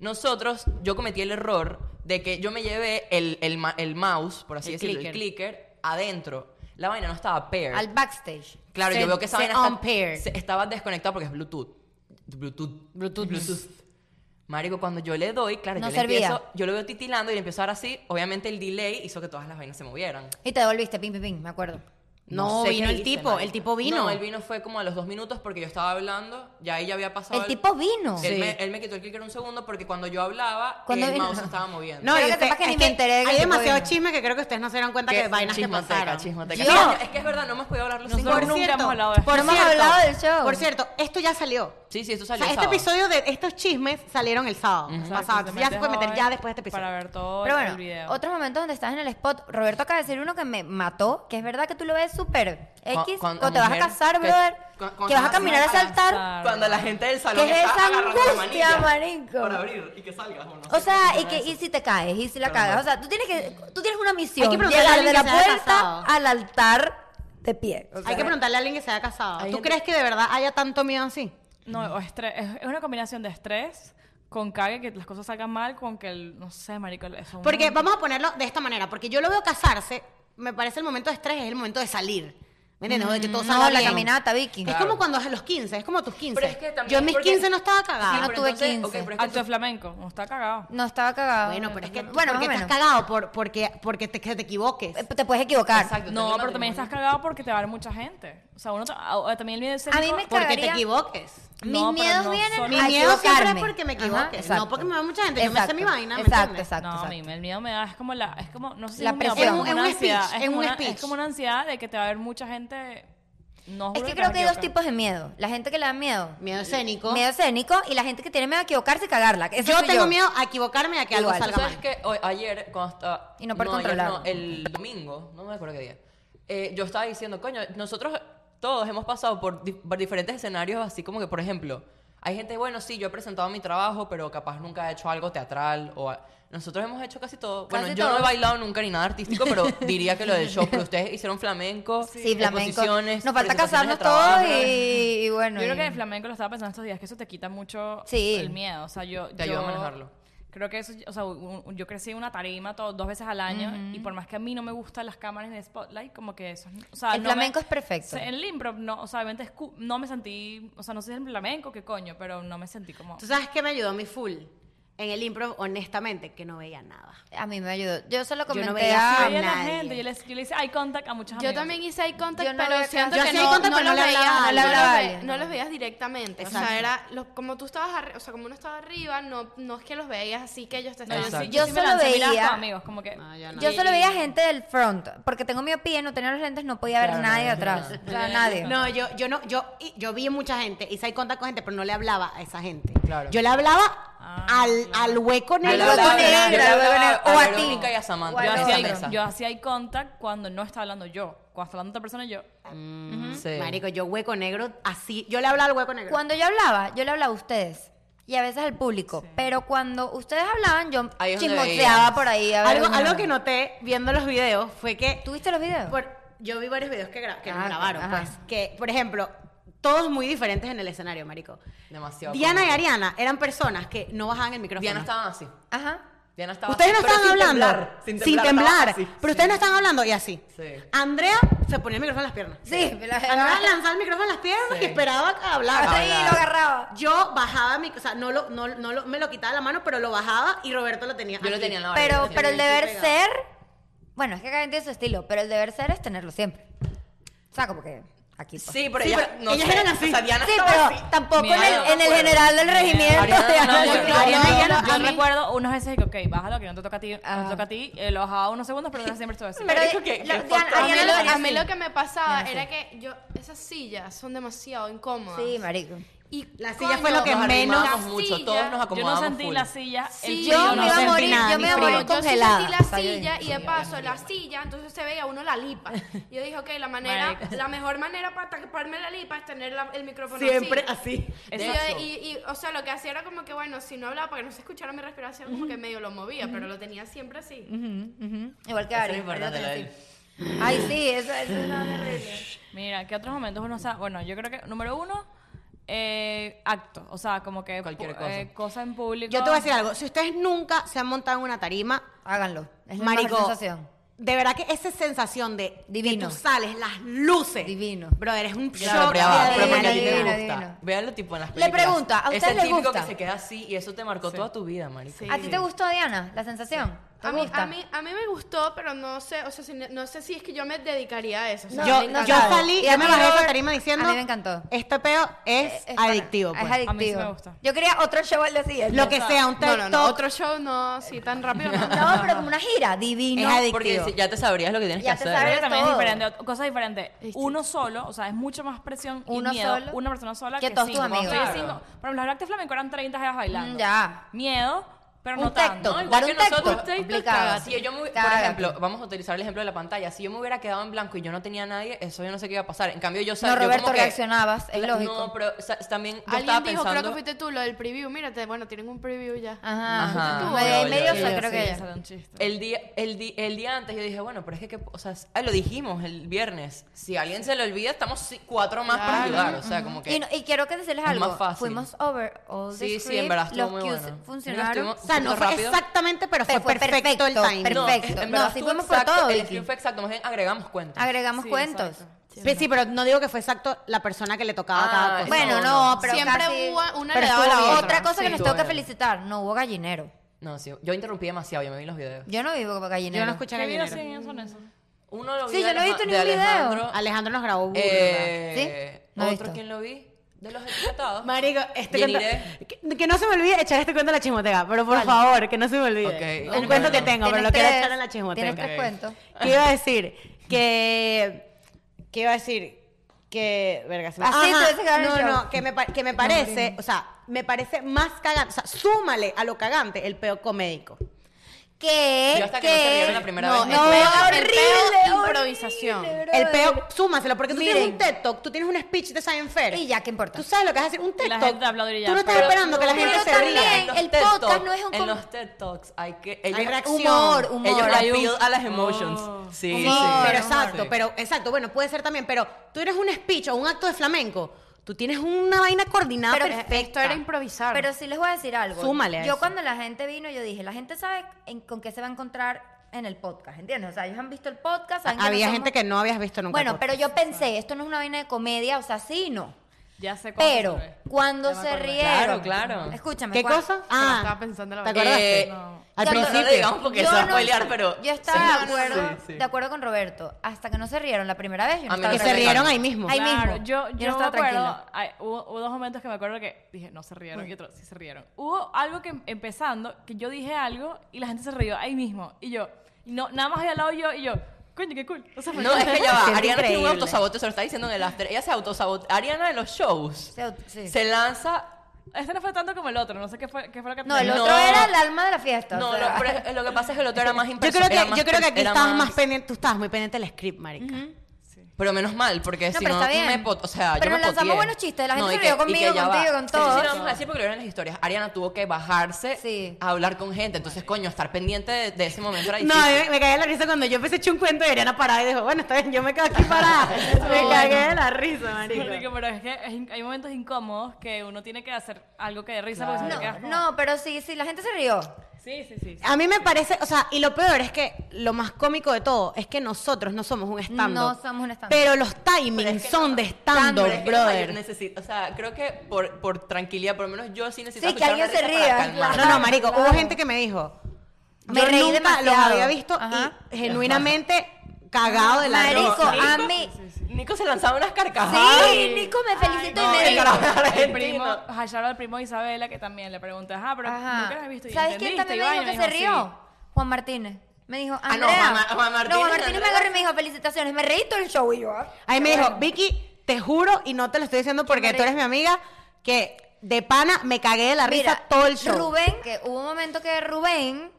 S4: Nosotros, yo cometí el error de que yo me llevé el, el, ma- el mouse, por así
S1: El
S4: decirlo, el clicker, adentro. La vaina no estaba paired.
S5: Al backstage.
S4: claro,
S1: se-
S4: yo veo que esa
S1: se
S4: vaina está-
S1: unpaired.
S4: se- estaba desconectada porque es Bluetooth. Bluetooth. Bluetooth. Bluetooth. Marico, cuando yo le doy, claro,
S5: No
S4: yo, le
S5: servía.
S4: empiezo, yo lo veo titilando y le empiezo a dar así. Obviamente el delay hizo que todas las vainas se movieran.
S5: Y te devolviste, pim, pim, pim, me acuerdo.
S1: No,
S5: sé
S1: vino
S5: qué
S1: el
S5: hice,
S1: tipo,
S5: marica.
S1: el tipo vino.
S4: No, el vino fue como a los dos minutos porque yo estaba hablando, ya ahí ya había pasado.
S5: El tipo vino.
S4: Él,
S1: Sí.
S4: me, él me quitó el clicker un segundo porque cuando yo hablaba,
S5: Cuando
S4: el
S5: vino-
S4: mouse se estaba moviendo.
S1: No,
S5: Creo
S1: y
S5: que
S1: usted-
S5: capaz que ni
S1: es
S5: me enteré que
S1: Hay
S5: el tipo
S1: demasiado
S5: vino.
S1: chisme que creo que ustedes no se dieron cuenta que
S4: Qué
S1: vainas que
S4: chismoteca,
S1: pasaron.
S4: chismoteca.
S5: Yo-
S4: No, es que es verdad, no hemos podido hablar los cinco.
S3: Nosotros nunca hemos hablado de
S5: No hemos hablado del show.
S1: Por cierto, esto ya salió.
S4: Sí, sí, esto
S1: O
S4: salió
S1: sea,
S4: el
S1: este
S4: sábado.
S1: episodio de estos chismes salieron el sábado pasado.
S3: Exacto,
S1: Entonces ya se puede meter
S3: metes
S1: ya
S3: hoy
S1: después de este episodio.
S3: Para ver todo
S5: Pero
S3: el video.
S5: bueno, otros momentos donde estás en el spot. Roberto acaba de decir uno que me mató, que es verdad que tú lo ves súper
S4: Con-
S5: X.
S4: con-
S5: Cuando te vas a
S4: mujer,
S5: casar,
S4: que-
S5: brother,
S4: con- con-
S5: que vas a
S4: con-
S5: caminar a
S3: con-
S5: saltar.
S3: con-
S4: Cuando la gente del salón
S5: ¿Qué es
S4: está
S5: esa
S4: agarrando la
S5: angustia,
S4: manilla
S5: marico?
S4: Para abrir y que salga. no
S5: O
S4: sé
S5: sea,
S4: qué
S5: y que
S4: era
S5: y
S4: eso.
S5: si te caes, y si la cagas. O sea, tú tienes que tú tienes una misión.
S1: Hay que preguntarle a
S5: llegar de
S1: alguien
S5: la
S1: que se haya
S5: puerta
S1: casado.
S5: al altar de pie. O sea,
S1: Hay que preguntarle a alguien que se haya casado. ¿Tú
S4: Hay gente-
S1: crees que de verdad haya tanto miedo así?
S3: No, o estrés. Es, es una combinación de estrés con cague, que las cosas salgan mal, con que el, no sé, marico, el- eso.
S1: Porque vamos a ponerlo de esta manera, porque yo lo veo casarse, me parece el momento de estrés es el momento de salir. ¿Me entiendes? O de que todo salga
S5: Mm, no, la
S1: bien.
S5: caminata, Vicky.
S1: Es
S4: Claro.
S1: como cuando a los 15, es como tus 15.
S4: Pero es que también
S1: yo en mis
S4: porque-
S1: 15 no estaba
S5: Sí,
S1: cagada.
S5: pero- tuve
S4: entonces,
S5: 15.
S4: ok, pero es que
S3: Acto de flamenco, no está cagado.
S5: No estaba cagado.
S1: bueno, pero es que
S5: Ah, bueno, más
S1: porque
S5: o
S1: estás
S5: menos.
S1: cagado por, porque, porque te, que te equivoques.
S5: Eh, Te puedes equivocar.
S4: Exacto,
S3: No,
S4: tengo
S3: pero también estás
S4: matrimonio.
S3: cagado porque te va a ver mucha gente. O sea, uno ta- o- o también el miedo escénico-
S5: A mí me
S1: Porque te
S5: cagaría-
S1: equivoques.
S5: Mis
S3: No, pero
S5: miedos
S3: no
S5: vienen
S3: solo-
S1: Mi
S5: a
S1: miedo siempre es
S5: equivocarme.
S1: porque me
S5: Ajá,
S1: equivoques.
S5: exacto.
S1: no porque me va mucha gente. Yo me sé mi
S5: Exacto,
S1: vaina, ¿me
S5: Exacto,
S1: entiendes?
S3: no,
S5: exacto.
S3: a
S5: exacto.
S3: mí el miedo me da, es como la, es como, no sé si
S5: La
S3: es un miedo,
S5: presión.
S3: pero
S5: Es
S1: un-
S3: como
S1: es un
S3: una ansiedad,
S1: speech,
S3: es
S1: es
S3: como
S1: un
S3: una-
S1: speech.
S3: es como una ansiedad de que te va a ver mucha gente, no
S5: Es
S3: juro
S5: que
S3: te
S5: creo
S3: vas a
S5: que hay dos
S3: equivocar.
S5: tipos de miedo. La gente que le da miedo.
S1: Miedo escénico.
S5: Miedo escénico y la gente que tiene miedo a equivocarse y cagarla. Ese
S1: yo
S5: soy
S1: tengo miedo a equivocarme y a que
S5: Igual.
S1: algo
S4: Tú
S1: salga
S4: sabes
S1: mal.
S4: que hoy- ayer, cuando estaba...
S5: Y no poder
S4: ayer
S5: controlar.
S4: no, el domingo, no me acuerdo qué día, eh, yo estaba diciendo, coño, nosotros todos hemos pasado por, di- por diferentes escenarios, así como que, por ejemplo, hay gente, bueno, sí, yo he presentado mi trabajo, pero capaz nunca he hecho algo teatral o... a- Nosotros hemos hecho casi todo. Bueno,
S5: Casi
S4: yo no
S5: todo.
S4: he bailado nunca ni nada artístico, pero diría que lo del show, pero ustedes hicieron flamenco,
S5: Sí, flamenco.
S4: exposiciones,
S5: Nos falta
S4: presentaciones de
S5: casarnos
S4: trabajo.
S5: todos y, y bueno.
S3: Yo creo
S5: y-
S3: que el flamenco lo estaba pensando estos días, que eso te quita mucho
S5: Sí.
S3: el miedo. O sea, yo.
S4: Te
S3: yo
S4: ayuda a manejarlo.
S3: Creo que eso, o sea, un- un- yo crecí en una tarima to- dos veces al año y por más que a mí no me gustan las cámaras en el spotlight, como que eso. O sea,
S5: El
S3: ah, no me-
S5: flamenco es perfecto.
S3: se- en el improv, no, o sea, obviamente es cu- no me sentí, o sea, no sé si es el flamenco, qué coño, pero no me sentí como.
S1: ¿Tú sabes qué me ayudó mi full? En el impro, honestamente, que no veía nada.
S5: A mí me ayudó. Yo se lo
S1: Yo no
S5: comenté
S1: veía
S5: a...
S1: a
S3: Veía a la
S1: nadie.
S3: gente, yo, les- yo le hice eye contact a muchas
S2: Yo
S3: amigas.
S2: también hice eye contact,
S5: Yo no
S2: pero
S5: veía-
S2: siento
S1: yo
S2: que
S1: hacía eye
S2: no,
S1: contact,
S2: no
S1: pero no
S2: los
S1: le hablaba
S2: veías,
S1: a
S2: no,
S1: nadie.
S2: los
S5: Hablaba a
S2: ve-
S5: alguien,
S2: no
S5: no.
S2: los veías directamente. O
S1: Exacto.
S2: sea, era los- como tú estabas arriba, o sea, como uno estaba arriba, no, no es que los veías así que ellos te
S3: No,
S2: estaban.
S3: yo, sí,
S5: Yo
S3: yo sí me
S5: solo
S3: lancé miradas
S5: veía-
S3: con amigos, como que.
S1: No, yo no.
S5: Yo solo veía gente del front, porque tengo miopía y no tenía los lentes, no podía ver
S4: Claro,
S5: nadie
S4: no,
S5: atrás.
S4: no,
S5: O sea, nadie.
S1: No, yo, yo no, yo, y- yo vi mucha gente, hice ahí contacto con gente, pero no le hablaba a esa gente.
S4: Claro.
S1: Yo le hablaba
S3: Ah,
S1: al, al hueco
S4: Yo le
S1: negro.
S4: hablaba-
S5: hueco
S4: yo le
S5: negro,
S4: hablaba
S5: hueco negro. O a ti.
S4: Verónica y a Samantha,
S5: O a
S4: en esa
S5: Lola.
S3: Yo
S4: mesa.
S3: hacía, yo hacía eye contact cuando no estaba hablando yo. Cuando está hablando otra persona, yo.
S4: Sí.
S1: Marico, yo hueco negro, así, yo le hablaba al hueco negro.
S5: Cuando yo hablaba, yo le hablaba a ustedes. Y a veces al público. Pero cuando ustedes hablaban, yo
S4: Ahí es donde
S5: chismoteaba
S4: veías.
S5: por ahí. A ver,
S1: algo,
S5: una-
S1: algo que noté viendo los videos fue que
S5: ¿Tuviste los videos?
S1: por- yo vi varios videos que, gra- que nos
S5: Ah,
S1: grabaron,
S5: ajá.
S1: pues, que, por ejemplo, todos muy diferentes en el escenario, marico.
S4: Demasiado.
S1: Diana y
S4: cómico.
S1: Ariana eran personas que no bajaban el micrófono.
S4: Diana estaban así.
S5: Ajá.
S4: Diana estaba
S1: ustedes no
S4: pero
S1: estaban
S4: sin
S1: hablando
S4: temblar, sin temblar. estaba así.
S1: pero ustedes no estaban hablando y así.
S4: Sí.
S1: Andrea se ponía el micrófono en las piernas.
S5: Sí, me la-
S1: Agarraba, lanzaba el micrófono en las piernas
S4: Sí.
S1: y esperaba a hablar.
S5: Sí, lo agarraba.
S1: Yo bajaba mi, o sea, no lo, no, no lo, me lo quitaba la mano, pero lo bajaba y Roberto lo tenía.
S4: Yo lo
S1: aquí.
S4: tenía en la barriga,
S5: Pero,
S4: sí.
S5: pero el
S1: sí,
S5: deber
S1: pegado.
S5: ser, bueno, es que cada quien tiene su estilo, pero el deber ser es tenerlo siempre. O sea, como que aquí. pues.
S4: Sí, pero
S1: Sí,
S4: ella,
S1: pero
S4: no
S1: ellas
S4: sé,
S1: eran así.
S4: O sea, Diana
S5: Sí,
S4: estaba
S5: pero
S4: así.
S5: tampoco en el,
S4: Mira, yo
S5: en
S4: no
S5: el
S4: me
S5: general del regimiento.
S4: Ariana,
S5: de-
S4: no, yo-
S5: Ariana,
S4: Ariana,
S5: no. Ah.
S3: yo,
S1: Ariana,
S3: yo
S1: a mí-
S3: recuerdo unas veces que, ok, bájalo, que no te toca a ti, no
S5: Ajá.
S3: te toca a ti. eh, lo bajaba unos segundos, pero no siempre estuve así.
S5: Pero
S4: Marico,
S5: de-
S4: que-
S5: lo-
S4: que
S5: Diana-
S4: foto.
S2: A mí,
S5: Ariana
S2: lo,
S5: lo haría
S2: a mí
S5: así.
S2: lo que me pasaba
S5: Mira,
S2: era que yo esas sillas son demasiado incómodas.
S5: Sí, marico.
S2: Y
S1: La silla fue lo que
S4: Nos
S1: menos-
S4: arrimábamos mucho,
S2: Silla.
S4: todos nos
S3: yo no
S4: acomodábamos
S3: sentí
S4: full.
S3: la silla.
S2: Sí,
S3: el
S5: yo
S3: frío,
S5: me
S3: no
S5: iba a
S3: sentí
S5: morir,
S3: nada.
S5: yo me iba a
S1: frío.
S5: morir
S2: yo sí
S5: congelada.
S2: sentí la
S5: O sea, yo dije,
S2: silla y de paso la silla, entonces se veía uno la lipa. Y yo dije, ok, la manera,
S3: Marica.
S2: la mejor manera para taparme la lipa es tener la- el micrófono
S1: Siempre
S2: así.
S1: así.
S2: Y
S4: De
S2: yo-
S4: hecho.
S2: y, y, o sea, lo que hacía era como que, bueno, si no hablaba para que no se escuchara mi respiración, como que medio lo movía, pero lo tenía siempre así.
S5: Igual que
S4: Eso es
S5: Ari. Ari lo
S4: importante,
S5: tiene
S4: la
S5: así.
S4: del-
S5: Ay, sí, eso, eso es una horrible.
S3: Mira, ¿qué otros momentos uno sabe? Bueno, yo creo que, número uno, eh, acto. O sea, como que.
S4: Cualquier
S3: pu-
S4: cosa.
S3: eh, cosa en público.
S1: Yo te voy a decir algo. Si ustedes nunca se han montado en una tarima,
S5: Háganlo. Es la
S1: Marico,
S5: mejor sensación.
S1: de verdad que esa sensación de
S5: Divino.
S1: que tú sales, las luces.
S5: Divino.
S1: Brother, es un
S4: Claro,
S1: shock.
S4: pero ya va,
S5: de
S4: pero
S5: adrenalina,
S4: porque a ti te
S5: adrenalina,
S4: gusta.
S5: adrenalina.
S4: Véanlo tipo en las
S5: Le
S4: películas.
S5: pregunta, ¿a
S4: Es
S5: ustedes
S4: el
S5: les
S4: típico
S5: gusta?
S4: que se queda así y eso te marcó toda tu vida, marica.
S2: Sí.
S5: ¿A ti te gustó, Diana, la sensación? ¿Te
S2: A mí,
S5: gusta?
S2: a, mí, a mí me gustó, pero no sé, o sea, si no, no sé si es que yo me dedicaría a eso. o sea,
S1: yo,
S2: me
S5: no
S2: encanta.
S1: yo
S5: sabe.
S1: salí,
S5: Y a
S1: yo me
S5: mí
S1: bajé de esa
S5: Robert-
S1: tarima diciendo.
S5: a mí me encantó. Eh,
S1: Este peo es,
S5: Es- es para-
S1: adictivo.
S5: Es
S1: pues".
S5: adictivo.
S3: mí sí me gusta.
S5: Yo quería otro show al día siguiente.
S1: Lo que sea, un
S2: No,
S1: TikTok.
S2: no, no, otro show no, sí, tan rápido no.
S5: No, pero como una gira, divino.
S1: Es adictivo.
S4: Porque si- ya te sabrías lo que tienes
S5: Ya
S4: que
S5: te
S4: hacer.
S5: sabes.
S3: Pero también
S5: todo. Este.
S3: es diferente, cosas diferentes.
S2: Distinto.
S3: Uno solo, o sea, es mucho más presión y
S5: Uno
S3: miedo.
S5: solo.
S3: Una persona sola
S5: Que
S3: que,
S5: todos tus
S3: cinco.
S5: amigos.
S3: Ustedes
S4: Claro.
S3: cinco. Por ejemplo, los Black Flamenco eran 30 jeras bailando.
S5: Mm, ya.
S3: Miedo, pero
S5: un
S3: no
S5: texto.
S3: tanto.
S4: No, igual
S5: dar
S4: que
S5: un texto.
S4: nosotros.
S5: complicado.
S4: Si yo me, hubi- por
S5: Cágate.
S4: ejemplo, vamos a utilizar el ejemplo de la pantalla. Si yo me hubiera quedado en blanco y yo no tenía a nadie, eso yo no sé qué iba a pasar. En cambio, yo sabía.
S5: No, Roberto, reaccionabas, es lógico.
S4: No, pero sa- también yo
S2: Alguien
S4: estaba
S2: dijo,
S4: pensando.
S2: creo que fuiste tú, lo del preview. Mírate, bueno, tienen un preview ya.
S5: Ajá.
S4: Ajá.
S5: Medio-
S4: Yo, yo,
S5: medio,
S4: yo,
S5: o sea,
S4: yo,
S5: creo que
S3: Era un chiste.
S4: El día, el, di- el día antes yo dije, bueno, pero es que, qué- o sea, ah, lo dijimos el viernes. Si a alguien se le olvida, estamos ci- cuatro más para ayudar. O sea, como que.
S5: Y, no- y quiero que decirles
S4: Es
S5: algo.
S4: más fácil.
S5: Fuimos over all the
S4: sí, sí,
S5: script,
S4: en verdad estuvo
S5: los
S4: muy
S5: cues
S4: bueno.
S5: funcionaron.
S4: Nosotros
S1: o sea, no
S4: estuvimos
S1: fue
S4: rápido.
S1: exactamente, pero fue,
S5: Pero fue
S1: perfecto, el
S5: perfecto,
S1: timing.
S5: perfecto.
S4: en
S5: No,
S4: verdad
S5: sí
S4: estuvo
S5: fuimos por
S4: exacto,
S5: todo,
S4: El
S5: Vicky.
S4: script fue exacto, más bien agregamos cuentas.
S5: Agregamos
S3: Sí,
S5: cuentos.
S3: exacto.
S1: Sí, sí, pero no digo que fue exacto la persona que le tocaba a cada
S4: Ah,
S1: cosa.
S4: No,
S5: Bueno,
S4: no.
S5: no, pero
S2: Siempre
S5: casi-
S2: hubo una
S5: pero
S2: le daba
S5: estuvo
S2: la
S5: bien.
S2: otra.
S5: Otra cosa que
S2: Sí.
S5: les
S4: Estuvo
S5: tengo que
S4: bien.
S5: felicitar, no hubo gallinero.
S4: No, sí, yo interrumpí demasiado, yo me vi los videos.
S5: Yo no vivo con gallinero.
S1: yo no escuché
S3: ¿Qué videos
S1: gallinero.
S3: siguen son esos?
S4: Uno lo vi
S5: Sí,
S4: de
S5: yo no he
S4: Aleja-
S5: visto
S4: de
S5: ningún video.
S4: Alejandro.
S1: Alejandro nos grabó burda.
S4: Eh,
S5: ¿Sí? No he visto.
S4: ¿Otro quién lo vi? De los etiquetados.
S1: Marico, este
S4: Jenny
S1: cuento,
S4: Depp.
S1: que, que no se me olvide echar este cuento a la chismoteca, pero por favor, que no se me olvide.
S4: Ok,
S1: Un
S4: ok.
S1: cuento que
S4: Tienes
S1: tengo, pero
S5: Tienes
S1: lo quiero
S5: tres-
S1: echar a la chismoteca.
S5: Tienes
S4: Eh,
S5: tres cuentos.
S1: ¿Qué iba a decir? Que. ¿Qué iba a decir? Que. Verga, se me- Ah,
S5: Así tú dices que era el
S1: No,
S5: show.
S1: no, que me, pa- que me parece. O sea, me parece más cagante. O sea, súmale a lo cagante el peo comédico.
S5: ¿Qué?
S4: Yo hasta que no se vieron la primera
S5: no,
S4: vez.
S5: Eh, No,
S4: El peo-
S2: el
S5: horrible,
S2: peo
S5: horrible,
S2: improvisación.
S1: El
S5: brother.
S1: peo, súmaselo, porque tú tienes
S5: Miren.
S1: un TED Talk, tú tienes un speech de Science Fair.
S5: Y ya, ¿qué importa?
S1: Tú sabes lo que vas a hacer, un TED
S3: la
S1: Talk.
S3: gente aplaudir y ya.
S1: Tú no estás
S3: Pero-
S1: esperando que la
S5: pero
S1: gente se
S5: también-
S1: ría.
S4: En los
S5: el
S4: TED
S5: podcast
S4: Talks-
S5: no es un
S4: En
S5: com-
S4: los TED Talks hay que... ellos-
S1: Hay reacción.
S5: Humor, humor.
S4: Ellos
S5: Hay un-
S4: appeal a las emotions.
S5: Oh.
S4: Sí,
S5: Humor.
S4: sí.
S1: pero
S5: humor.
S1: exacto, pero exacto, bueno, puede ser también, pero tú eres un speech o un acto de flamenco, tú tienes una vaina coordinada
S5: Pero
S1: perfecta.
S2: Esto era improvisar.
S5: Pero sí les voy a decir algo.
S1: Súmale a
S5: Yo
S1: eso.
S5: cuando la gente vino, yo dije, la gente sabe en- con qué se va a encontrar en el podcast, ¿entiendes? O sea, ellos han visto el podcast. saben
S1: Había
S5: no somos-
S1: gente que no habías visto nunca. pues. por-
S5: Bueno, pero yo pensé, esto no es una vaina de comedia, o sea, sí, no.
S3: Ya sé cómo
S5: Pero
S3: se ve.
S5: cuando
S3: Ya me
S5: se
S3: acordé.
S5: rieron.
S4: Claro, claro.
S5: Escúchame.
S1: ¿Qué
S5: cuan-
S1: cosa?
S2: Pero
S1: Ah,
S2: estaba pensando la
S1: ¿te
S2: verdad.
S1: acordaste?
S4: Eh,
S1: Al
S5: cuando-
S1: principio.
S4: No le digamos porque
S5: Yo
S4: se va a
S5: no-
S4: spoilear, pero...
S5: Yo estaba
S4: Sí.
S5: de, acuerdo,
S4: Sí, sí.
S5: de acuerdo con Roberto. Hasta que no se rieron la primera vez, yo no
S4: A mí no
S5: estaba
S1: que se
S4: Claro.
S1: rieron ahí mismo.
S5: Ahí
S3: claro,
S5: mismo.
S3: Yo,
S5: Yo
S3: yo,
S5: no estaba
S3: me acuerdo,
S5: tranquila. Mm.
S3: ay, hubo, hubo dos momentos que me acuerdo que dije, no se rieron, y otro, sí se rieron. Hubo algo que em- empezando, que yo dije algo y la gente se rió ahí mismo. Y yo, y no, nada más había hablado yo y yo, coño, qué cool. O sea, fue
S4: No, es que ya va.
S1: Es
S4: Ariana tiene un
S1: increíble.
S4: autosabote, se lo está diciendo en el after. Ella se autosabote. Ariana en los shows
S5: Se aut- sí.
S4: se lanza
S3: Este no fue tanto como el otro, no sé qué fue, qué fue lo que
S5: No, el
S4: No.
S5: otro era el alma de la fiesta. o
S4: No,
S5: sea.
S4: lo, pero es- lo que pasa es que el otro era más
S1: Yo
S4: impresionante.
S1: creo que, yo creo que aquí estabas más pendiente, tú estabas muy pendiente del script, marica.
S4: Pero menos mal, porque
S5: No,
S4: si
S5: pero
S4: no,
S5: está bien.
S4: me pot, o sea,
S5: Pero
S4: yo me
S5: lanzamos
S4: potié.
S5: buenos chistes, la
S4: y
S5: gente se
S4: que-
S5: rió
S4: y que
S5: conmigo,
S4: ya va.
S5: contigo, con
S4: Sí, Sí,
S5: todos.
S4: sí, lo vamos a decir porque lo vieron en las historias. Ariana tuvo que bajarse
S5: Sí.
S4: a hablar con gente. Entonces, coño, estar pendiente de, de ese momento era
S1: No,
S4: difícil.
S1: a mí me, me cagué de la risa cuando yo empecé a echar un cuento y Ariana parada y dijo, bueno, está bien, yo me quedo aquí parada. me cagué de la risa, marico.
S3: Marico, pero es que es in- hay momentos incómodos que uno tiene que hacer algo que de risa porque si te
S5: No,
S3: quedas como-
S5: no, pero sí, sí, la gente se rió.
S3: Sí, sí, sí. sí.
S1: A mí me parece, o sea, y lo peor es que lo más cómico de todo es que nosotros no somos un stand
S5: No somos un stand-up.
S1: Pero los timings son de stand
S4: Pero es que, yo
S1: brother.
S4: necesito- o sea, creo que por, por tranquilidad, por lo menos yo sí necesitaba
S5: Sí, que
S4: escuchar
S5: alguien
S4: una
S5: se
S4: risa para
S5: ría,
S4: calmarme.
S1: No, no, marico,
S5: Claro.
S1: hubo gente que me dijo,
S5: Me
S1: yo
S5: reí
S1: nunca los
S5: demasiado.
S1: había visto
S5: Ajá.
S1: y genuinamente cagado de la
S5: Marico,
S1: risa.
S5: a mí.
S4: Nico se lanzaba unas carcajadas.
S5: Sí, Nico me felicito
S4: no,
S5: y me
S4: el
S5: dijo.
S4: carajo argentino.
S3: El primo, Hayaro, el primo de Isabela, que también le preguntas, ah, pero
S5: Ajá.
S3: nunca la has visto. y
S5: ¿Sabes quién
S3: entendiste,
S5: también
S3: y
S5: me dijo
S3: vaina,
S5: que
S3: y
S5: se
S3: dijo,
S5: rió? Juan Martínez. Me dijo,
S4: Ah, no,
S5: Andrea.
S4: Juan Ma- Juan Martínez,
S5: No, Juan Martínez me
S4: Andrea.
S5: agarró y me dijo, felicitaciones. Me reí todo el show y yo. ah,
S1: Ahí me
S5: qué
S1: dijo,
S5: bueno.
S1: Vicky, te juro y no te lo estoy diciendo porque
S5: marico.
S1: tú eres mi amiga, que de pana me cagué de la risa
S5: Mira,
S1: todo el show.
S5: Rubén, que hubo un momento que Rubén,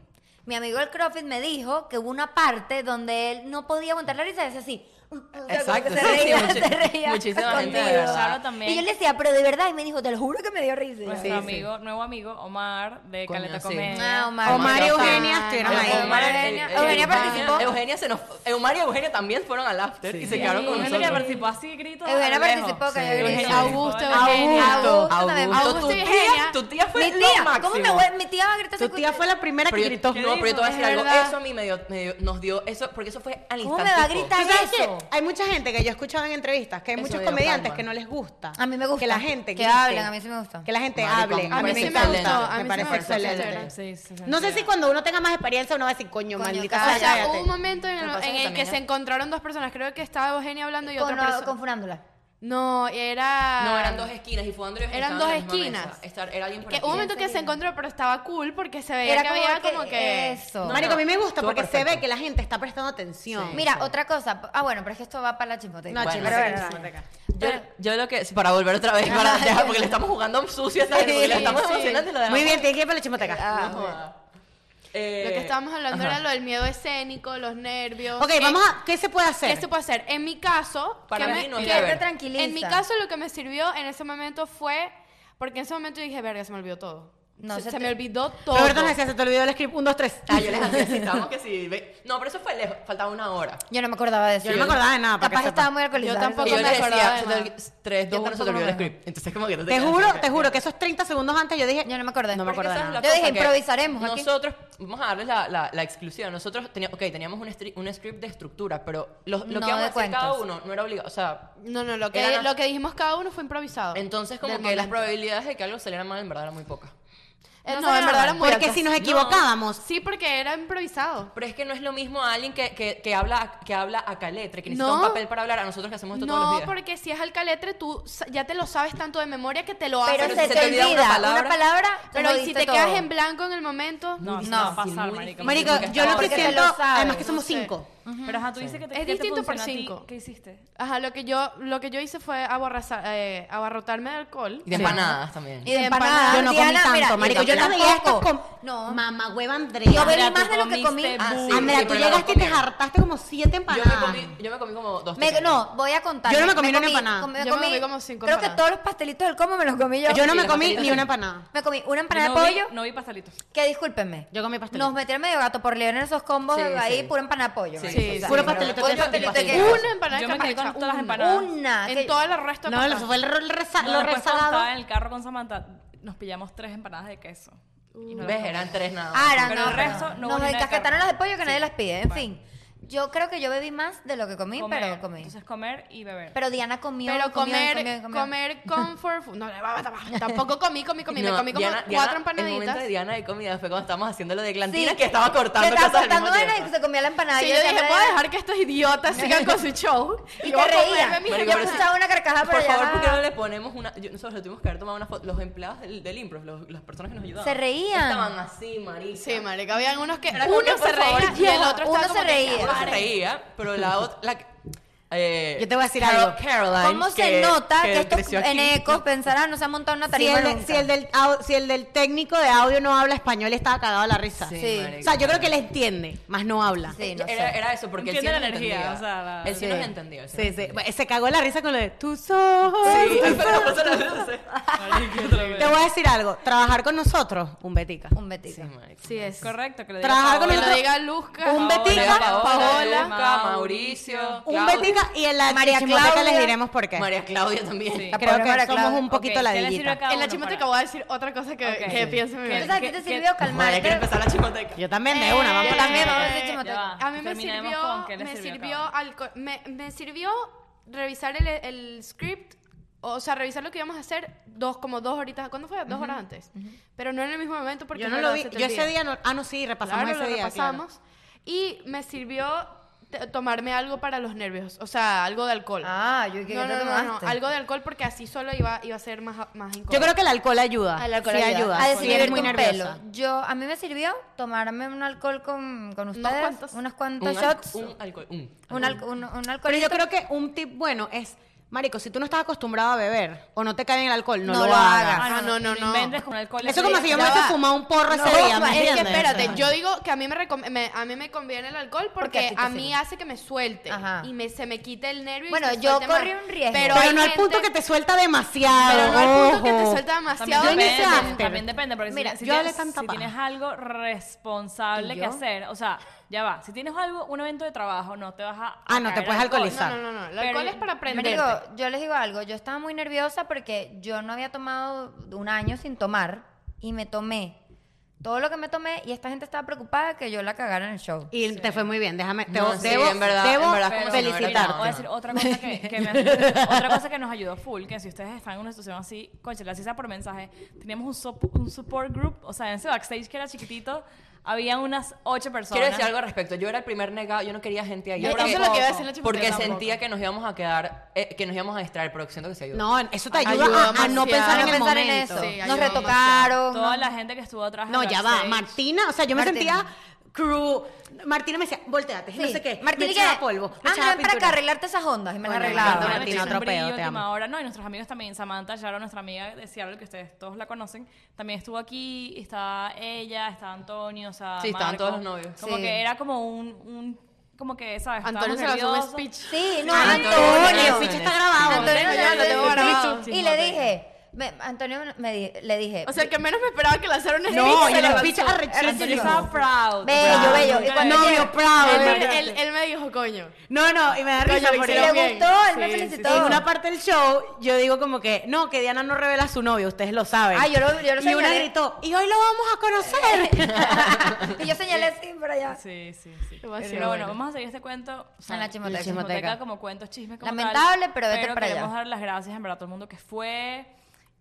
S5: mi amigo el Crawford, me dijo que hubo una parte donde él no podía aguantar la risa y decía así. O sea, como
S4: Exacto,
S5: que
S4: sí,
S5: se
S4: sí,
S5: reía,
S4: muchi-
S5: se reía
S4: muchísima gente,
S5: conmigo.
S4: de verdad.
S3: Hayaro también. Pues
S5: Y yo le decía, pero de verdad, y me dijo, te lo juro que me dio risa. Y yo,
S3: Nuestro
S4: Sí,
S3: amigo, nuevo amigo, Omar, de
S4: Coño,
S3: Caleta
S4: sí.
S3: Comedia.
S5: Ah, Omar.
S1: Omar y
S5: Omar.
S1: Eugenia estuvieron ahí.
S5: Omar, Eugenia- Eugenia participó.
S4: Eugenia se nos, Eumar y Eugenia también fueron al after y se quedaron con
S3: Gente
S4: nosotros.
S3: que participó así, gritos.
S5: Eugenia
S3: a lo lejos.
S5: participó, que
S4: Sí.
S5: yo grité.
S3: Eugenia.
S2: Augusto,
S3: Augusto.
S2: Eugenia.
S5: Augusto. también.
S4: Augusto,
S2: Augusto
S4: tu
S2: y
S4: tía,
S2: Eugenia.
S4: tu tía fue
S5: Mi
S4: lo
S5: tía,
S4: máximo.
S5: ¿cómo me voy? Mi tía va a gritar
S1: Tu tía fue la primera
S4: Pero
S1: que
S4: yo-
S1: gritó.
S4: no, pero yo te voy a
S2: Es
S4: decir algo.
S2: verdad.
S4: Eso a mí me dio, me dio- nos dio, eso, porque eso fue al instante.
S5: ¿Cómo me va a gritar
S1: ¿Tú sabes
S5: eso?
S1: hay mucha gente que yo he escuchado en entrevistas que hay
S4: Eso
S1: muchos
S4: veo,
S1: comediantes
S4: Palma.
S1: que no les gusta.
S5: A mí me gusta.
S1: Que la gente
S5: Que
S1: grite,
S5: hablen, a mí sí me gusta.
S1: Que la gente
S4: Marico,
S1: hable.
S4: a mí sí me
S1: encanta,
S2: gustó, a mí sí
S1: parece
S2: me gustó,
S1: excelente.
S2: chévere.
S3: Sí, sí, sí,
S1: No sé
S3: sí.
S1: si cuando uno tenga más experiencia uno va a decir, coño,
S5: Coño,
S1: maldita
S5: cállate.
S2: O
S1: sea,
S2: sea,
S1: cállate.
S2: hubo un momento en,
S4: Lo que pasa
S2: en
S4: es que
S2: el que
S4: también
S2: se
S4: es-
S2: encontraron dos personas. Creo que estaba Eugenia hablando y
S5: con,
S2: otra persona.
S5: con Furándula.
S2: No, era...
S4: No, eran dos esquinas y fue Andrés.
S2: Eran dos esquinas.
S4: era alguien por
S2: Que
S4: aquí.
S2: hubo un momento que se encontró, pero estaba cool porque se veía
S5: Era
S2: que
S5: como
S2: había
S5: que-
S2: como que...
S5: eso.
S1: Marico, a mí me gusta
S4: Estuvo
S1: porque se ve
S4: perfecto.
S1: que la gente está prestando atención.
S4: Sí.
S5: Mira, otra cosa. Ah, bueno, pero es que esto va para la chismoteca.
S1: No,
S4: Bueno,
S1: chicos,
S5: Pero
S1: pero
S5: bueno,
S1: no,
S5: sí.
S1: acá.
S4: Yo, yo lo que. Para volver otra vez, para,
S5: Ajá.
S4: ya, porque le estamos jugando sucio a esta
S1: Sí,
S4: gente, le estamos
S1: sí.
S4: emocionando y lo dejamos.
S1: Muy bien, tienes que ir para la chimoteca.
S5: Ah,
S4: No
S5: bueno.
S4: joda. Eh,
S2: Lo que estábamos hablando
S4: ajá.
S2: era lo del miedo escénico, los nervios.
S1: Ok,
S2: Eh,
S1: vamos a. ¿Qué se puede hacer?
S2: ¿Qué se puede hacer? En mi caso,
S4: Para
S2: que
S4: mí
S2: me-
S4: no
S2: que-
S4: es
S5: Que te
S4: ver.
S5: tranquiliza.
S2: en mi caso lo que me sirvió en ese momento fue, porque en ese momento dije, verga, se me olvidó todo.
S5: No,
S2: se,
S5: se
S2: se
S5: te-
S2: me olvidó todo.
S1: Roberto nos decía, se te olvidó el script 1, 2, 3.
S4: Ah, yo les hacía así, estábamos que sí. ve- No, pero eso fue lejos, faltaba una hora.
S5: Yo no me acordaba de eso.
S1: Yo no me acordaba de nada, para que
S5: Capaz
S1: sepa.
S5: estaba muy alcoholizada.
S2: Yo tampoco
S4: Y yo
S2: me
S4: les
S2: acordaba
S4: decía,
S2: de
S4: se te
S2: nada.
S4: olvi- tres,
S5: Yo
S4: dos, uno, se
S5: tampoco
S4: te olvidó
S5: me
S4: el
S5: acuerdo.
S4: script. Entonces, como que no te
S1: Te
S4: quedas
S1: juro,
S4: así,
S1: te juro que esos 30 segundos antes yo dije.
S5: Yo no me acordé.
S1: No me
S5: Porque
S1: acuerdo de
S4: ¿sabes
S1: nada.
S4: la
S5: Yo dije,
S4: cosa? Que
S5: improvisaremos, aquí.
S4: Nosotros, vamos a darles la, la, la exclusiva. Nosotros tenía- ok, teníamos un, stri- un script de estructura, pero lo, lo
S5: No
S4: que íbamos a
S5: de
S4: hacer cada
S5: cuentos.
S4: uno no era obligado. O sea,
S2: No, no, lo que,
S4: Era-
S2: lo que dijimos cada uno fue improvisado.
S4: entonces como que
S2: Del
S4: las
S2: momento.
S4: probabilidades de que algo saliera mal en verdad eran muy pocas.
S2: Eh,
S5: no
S2: no,
S5: se
S2: en verdad
S5: graban,
S2: era muy
S1: Porque
S2: altas.
S1: si nos equivocábamos.
S2: Sí, porque era improvisado.
S4: Pero es que no es lo mismo a alguien que, que, que habla, que habla a caletre, que necesita
S2: No.
S4: un papel para hablar, a nosotros que hacemos esto todos los
S2: No,
S4: días.
S2: porque si es al caletre, tú sa- ya te lo sabes tanto de memoria que te lo haces.
S5: Pero
S4: si
S5: se, te olvida una palabra,
S2: Pero ¿y si
S5: jodiste
S2: te quedas
S5: todo.
S2: en blanco en el momento,
S3: No,
S5: No,
S3: eso no, va a
S4: sí,
S3: pasar,
S4: muy
S3: marico.
S1: Marico,
S4: Porque
S1: yo lo que
S5: porque te
S1: siento.
S5: lo sabes,
S1: además que somos
S2: no sé.
S1: 5.
S3: Pero ajá, tú dices que te
S2: Es
S3: que te
S2: distinto por
S3: funcionó a ti.
S2: cinco.
S3: ¿Qué hiciste?
S2: ajá, lo que yo lo que yo hice fue aborraza- eh, abarrotarme de alcohol.
S4: Y de empanadas también.
S5: Y de
S2: de
S5: empanadas.
S2: empanadas.
S1: Yo no comí
S5: Diana,
S1: tanto,
S5: mira,
S1: marico. Yo las veía estas con.
S5: No.
S1: Mamá hueva Andrea.
S5: Yo bebí
S3: Andrea,
S5: más
S3: tú
S5: de lo que comí.
S3: comiste
S5: Ah,
S4: bu-
S5: sí.
S1: Andrea,
S4: sí,
S1: tú
S4: pero no
S1: llegaste y te
S4: comieron.
S1: hartaste como 7
S4: Yo me,
S1: empanadas.
S4: comí, yo me comí como dos
S5: Me-
S4: pequeñas.
S5: no, voy a contar.
S1: Yo no me comí una empanada.
S2: Yo me comí como cinco
S5: Creo que
S2: empanadas.
S5: todos los pastelitos del como me los comí yo.
S1: Yo no
S4: Sí,
S1: me
S4: los
S1: comí
S4: pastelitos
S1: ni
S4: sí.
S1: una empanada.
S5: Me comí una
S3: Yo
S5: empanada
S3: no
S5: de
S3: vi-
S5: pollo.
S3: no vi pastelitos.
S5: Que discúlpenme.
S1: Yo comí pastel.
S5: Nos metieron medio gato por león en esos combos
S4: Sí,
S5: ahí,
S4: sí.
S5: pura empanada de pollo.
S4: Sí,
S5: marico,
S2: sí,
S5: o sea,
S1: Puro
S5: no,
S1: pastelito
S5: puro
S1: de queso y
S5: pastelito de
S1: pastel.
S5: queso.
S2: Una empanada
S3: Yo
S2: de
S3: me quedé con
S2: capacha,
S3: todas las
S2: una.
S3: empanadas.
S5: Una. que-
S2: En todo el resto
S1: No,
S2: pasaba.
S1: eso fue el re- reza-
S3: No, eh.
S1: lo
S3: después cuando estaba
S1: rezagado.
S3: en el carro con Samantha, nos pillamos tres empanadas de queso. Y no las
S4: ¿Ves?
S3: comimos.
S4: Eran tres nada más.
S5: Ah, eran,
S3: Pero
S5: no,
S3: el resto
S5: pero
S3: no hubo
S5: Nos
S3: ni nada de
S5: encasquetaron
S3: carne.
S5: las de pollo que nadie las pide. En
S3: Bueno.
S5: fin. Yo creo que yo bebí más de lo que comí,
S3: Comer.
S5: pero comí.
S3: Entonces comer y beber.
S5: Pero Diana comió.
S2: Pero
S5: comió,
S2: comer,
S5: comió, comió.
S2: comer comfort food. No, va, va, va, tampoco comí, comí, comí.
S4: No,
S2: me comí como
S4: Diana- Diana-
S2: cuatro
S4: El momento de
S2: empanaditas.
S4: Diana de comida fue cuando estábamos haciendo lo de Glantina,
S5: Sí.
S4: que estaba cortando
S5: Que estaba
S4: cosas al
S5: cortando
S4: mismo
S5: Diana y
S4: tiempo.
S5: se comía la empanada.
S2: Sí,
S5: Y
S2: yo dije,
S5: decía,
S2: voy a dejar que estos idiotas sigan con su show.
S5: Y
S2: yo voy
S5: te
S2: a
S5: reía.
S2: comerme mis
S5: Yo
S4: Marico, pero
S2: empanadas.
S5: escuchaba una carcajada, Ah, pero
S4: Por
S5: ya
S4: favor, ¿por qué no le ponemos una...? yo- nosotros le tuvimos que haber tomado una foto. Los empleados del, del improv, los- las personas que nos ayudaban.
S5: Se reían.
S4: Estaban así, marica.
S2: Sí, marica, habían unos que
S4: Era
S2: uno
S4: como que,
S2: se
S4: por favor,
S2: reía y
S4: ya.
S2: el otro estaba
S5: Uno se
S2: como que,
S5: reía.
S4: Uno se reía, pero la otra... la que- eh,
S1: Yo te voy a decir algo.
S4: Caroline,
S5: ¿Cómo se
S4: que-
S5: nota que,
S4: que
S5: estos
S4: creció aquí,
S5: enecos pensarán, no se ha montado una
S1: Si
S5: tarima
S1: el, de-
S5: nunca?
S1: si el del, au- si el del técnico de audio no habla español, estaba cagado de la risa.
S4: Sí,
S5: Sí.
S4: marico.
S1: O sea, yo creo que él entiende, más no habla.
S5: Sí, no
S4: era,
S5: sé.
S4: era eso, porque
S3: Entiende
S4: él
S3: la
S4: sí nos
S3: energía,
S4: entendía.
S3: o sea, la-
S4: Él sí,
S5: sí.
S4: nos entendía. él sí
S1: Sí,
S4: nos
S1: sí.
S4: entendía.
S1: Se cagó de la risa con lo de tus ojos.
S4: Sí, pero por eso no lo sé.
S1: Te voy a decir algo. Trabajar con nosotros, un betica.
S5: Un betico.
S4: Sí, marico.
S2: Sí, es.
S3: Correcto, que le
S1: Trabajar con
S2: Que
S3: Paola.
S2: lo diga Luzca.
S1: Un
S2: Paola,
S1: betica.
S4: Paola,
S2: Paola,
S4: Luca, Mauricio,
S1: Un
S4: Claudia.
S1: betica y en la
S5: María
S1: chichimoteca
S5: Claudia.
S1: les diremos por qué.
S4: María Claudia también.
S3: Sí.
S1: Creo
S5: La pobre
S1: que
S5: María
S1: somos
S5: Claudia.
S1: un poquito
S3: Ok, ¿qué le sirve
S1: ladillita.
S3: a cada
S2: En la
S3: uno
S2: chimoteca
S3: para-
S2: voy a decir otra cosa que,
S3: Ok.
S2: que pienso en mi
S5: Entonces,
S2: vida.
S5: ¿a ti
S3: ¿Qué-
S5: te
S3: qué-
S5: sirvió
S4: María, quiero
S5: calmar?
S4: empezar la chimoteca.
S1: Yo también, de una, vamos
S5: Eh,
S1: para
S5: también, vamos a
S1: la
S5: hacer chimoteca.
S3: ya va,
S2: A mí me
S3: terminemos
S2: sirvió,
S3: con qué le
S2: me
S3: sirvió a
S2: sirvió
S3: cada uno.
S2: alcohol- me, me sirvió revisar el, el script, o sea, revisar lo que íbamos a hacer dos, como dos horitas, ¿cuándo fue? Dos horas antes. Pero no en el mismo momento porque
S1: Yo
S2: en
S1: no lo
S2: verdad
S1: vi.
S2: se te
S1: Yo ese
S2: olvida.
S1: día no. Ah, no, sí, repasamos
S2: Claro,
S1: ese
S2: lo
S1: día. claro.
S2: repasamos. Y me sirvió t- tomarme algo para los nervios, o sea, algo de alcohol.
S5: Ah, yo dije,
S2: no,
S5: ¿qué
S2: no,
S5: te
S2: no, no,
S5: tomaste?
S2: algo de alcohol porque así solo iba, iba a ser más, más incómodo.
S1: Yo creo que el alcohol ayuda.
S5: Al alcohol
S1: Ah, sí
S5: ayuda.
S1: ayuda.
S5: A
S1: Sí, eres
S5: desinhibirte
S1: muy
S5: un
S1: nerviosa.
S5: pelo. Yo, a mí me sirvió tomarme un alcohol con, con ustedes.
S2: cuantos.
S5: unas
S4: Un,
S5: cuantas
S4: al-
S5: shots.
S4: un alcohol. Un.
S5: Un, al- un, un alcoholito.
S1: Pero yo creo que un tip bueno es, marico, si tú no estás acostumbrado a beber o no te cae bien el alcohol, no,
S5: No
S1: lo,
S5: lo
S1: hagas.
S5: hagas.
S3: Ah, no, no, no. inventes con alcohol.
S1: Eso es como si yo me
S2: Ya
S1: hubiese
S2: va.
S1: fumado un porro
S5: No,
S1: ese día, ¿me
S5: es que
S2: Es que
S1: entiendes?
S2: espérate, yo digo que a mí me, recom- me- a mí me conviene el alcohol
S5: Porque a ti
S2: porque
S5: te
S2: a mí
S5: sirve.
S2: hace que me suelte
S5: Ajá.
S2: y me, se me quite el nervio. y
S5: Bueno,
S2: se me
S5: yo
S2: suelte más.
S5: corrí un riesgo.
S1: Pero,
S2: hay
S1: no al
S2: gente-
S1: punto que te suelta demasiado.
S2: Pero no al punto que te
S1: ojo.
S2: suelta
S3: También
S2: demasiado.
S1: Yo en ese
S3: depende,
S1: after.
S3: también depende, porque si-
S5: Mira,
S3: si,
S1: yo
S3: tienes,
S1: le tanta
S3: si
S1: paja.
S3: tienes algo responsable
S5: ¿Y
S3: que
S5: yo?
S3: hacer, o sea, ya va, si tienes algo, un evento de trabajo, no te vas a...
S1: Ah,
S3: a
S1: no, te
S3: caer
S1: puedes
S3: alcohol.
S1: alcoholizar.
S2: No, no, no, no. El alcohol
S3: Pero-
S2: es para aprender.
S5: Marico, yo les digo algo. Yo estaba muy nerviosa porque yo no había tomado un año sin tomar y me tomé todo lo que me tomé y esta gente estaba preocupada que yo la cagara en el show.
S1: Y te fue muy bien, déjame, te
S4: No, sí,
S1: debo,
S4: en verdad,
S1: debo
S4: en verdad, como si no hubiera
S3: Mira,
S1: felicitarte.
S4: nada.
S3: voy a decir otra cosa que, que me hace- otra cosa que nos ayudó full, que si ustedes están en una situación así, conchale, así sea por mensaje, teníamos un, sop- un support group, o sea, en ese backstage que era chiquitito, habían unas ocho personas.
S4: Quiero decir algo al respecto. Yo era el primer negado, yo no quería gente ahí.
S3: Yo
S4: porque-
S3: tampoco. Eso es lo que iba a decir la
S4: Porque
S3: chipotera.
S4: sentía que nos íbamos a quedar, eh, que nos íbamos a distraer, pero siento que se ayudó.
S1: No, eso te ayuda,
S2: Ayuda
S1: a- a, no
S2: demasiado.
S1: pensar en
S5: Ah, no
S1: el
S5: pensar en
S1: momento.
S5: eso.
S2: Sí, ayuda
S5: Nos retocaron.
S3: Toda
S5: ¿no?
S3: la gente que estuvo atrás. del
S1: No, ya va,
S3: backstage.
S1: Martina, o sea, yo me
S5: Martina.
S1: sentía crew. Martina me decía, volteate,
S5: Sí.
S1: no sé qué.
S5: Martín,
S1: me
S5: ¿y
S1: echaba
S5: qué?
S1: polvo, me echaba
S5: Ah, ven para
S1: pintura.
S5: acá arreglarte esas ondas y me las
S1: Bueno,
S5: arreglaba.
S1: Martina,
S3: Bueno,
S1: Martina,
S3: echó
S1: otro
S3: un brillo,
S1: pedo, te
S3: última
S1: amo.
S3: hora. No, y nuestros amigos también, Samantha Yaro, nuestra amiga de Seattle, que ustedes todos la conocen, también estuvo aquí, estaba ella, estaba Antonio, o sea,
S4: Sí, estaban
S3: Marco.
S4: todos los novios.
S3: Como
S5: Sí.
S3: que era como un, un- como que, ¿sabes?
S2: Antonio se
S3: Estábamos
S2: lanzó un
S3: nerviosos.
S2: speech.
S5: Sí, no,
S1: Ah,
S5: Antonio.
S1: El speech está grabado.
S5: Antonio,
S2: Tengo ya, lo tengo grabado.
S5: Y le dije, me- Antonio me di- le dije,
S2: O sea, el que menos me esperaba que lanzaron es
S1: No, y
S2: se
S1: el
S2: lanzó.
S1: speech
S3: Antonio
S1: arrechísimo.
S3: estaba proud.
S5: Bello,
S3: proud.
S5: bello. Y
S3: Nunca
S5: cuando-
S3: le-
S1: Novio proud.
S2: Él,
S1: de
S2: me-
S1: verdad.
S2: él- él me dijo, coño.
S1: No, no, y me da
S2: Coño,
S1: risa
S2: lo
S1: porque
S2: hicieron
S5: le
S2: bien.
S5: gustó, él me
S2: Sí, sí,
S5: felicitó.
S2: sí.
S1: en una parte del show yo digo como que, no, que Diana no revela su novio, ustedes lo saben.
S5: Ah, yo lo- yo lo
S1: Y una
S5: señalé.
S1: gritó, y hoy lo vamos a conocer.
S5: y yo señalé así por allá.
S3: Sí, sí, sí. Pero
S2: Demasiado
S3: bueno,
S2: bueno.
S3: vamos a seguir este cuento. o sea,
S5: En la chismoteca.
S3: en la chismoteca
S5: Chismoteca.
S3: como cuentos, chismes como
S5: Lamentable,
S3: tal,
S5: pero vete para allá.
S3: queremos dar las gracias en verdad a todo el mundo que fue.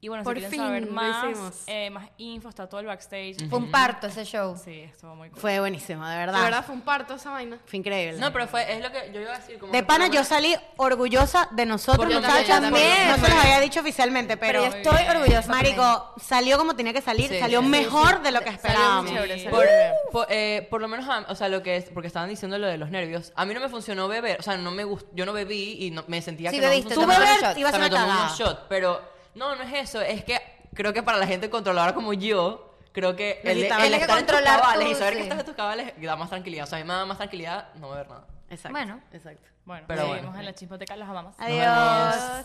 S3: Y bueno,
S2: Por
S3: si
S2: fin,
S3: quieren saber
S2: lo hicimos.
S3: más, eh, más info, está todo el backstage.
S5: Fue un parto ese show.
S3: Sí, estuvo muy cool.
S1: Fue buenísimo, de verdad.
S2: De verdad fue un parto esa vaina.
S1: Fue increíble.
S4: No, pero fue, es lo que yo iba a decir. Como
S1: de
S4: que
S1: pana
S4: por lo
S1: yo
S4: menos-
S1: salí orgullosa de nosotros,
S2: Porque yo
S1: muchachas.
S2: también, yo también.
S1: No se los había dicho oficialmente, pero,
S5: Pero yo estoy orgullosa. también.
S1: Marico, salió como tenía que salir,
S4: Sí,
S1: salió
S4: sí, sí,
S1: mejor de lo que
S2: Salió muy
S1: esperábamos.
S2: chévere. salió
S4: Por,
S2: muy bien.
S4: por- eh, por lo menos, a- o sea, lo que es, porque estaban diciendo lo de los nervios. A mí no me funcionó beber, o sea, no me gustó, yo no bebí y no- me sentía
S5: Sí,
S4: que no me
S5: bebiste,
S1: Tú
S4: funcionaba.
S5: tomaste
S1: beber
S5: shot.
S1: ibas
S4: O
S1: a
S4: sea,
S1: una
S4: me tomé
S1: cagada.
S4: unos shots, pero no, no es eso, es que creo que para la gente controladora como yo, creo que el, de-
S1: Necesitaba-
S4: el
S1: Tienes que
S4: estar en tus
S5: controlar
S4: cabales
S5: tú,
S4: y saber
S5: sí.
S4: que estás en tus cabales da más tranquilidad. O sea, a mí me da más tranquilidad no beber nada.
S1: Exacto.
S5: Bueno.
S1: Exacto.
S3: Bueno,
S4: Pero
S3: seguimos
S4: bueno.
S3: en la chismoteca, los amamos.
S4: Nos vemos.
S1: Adiós.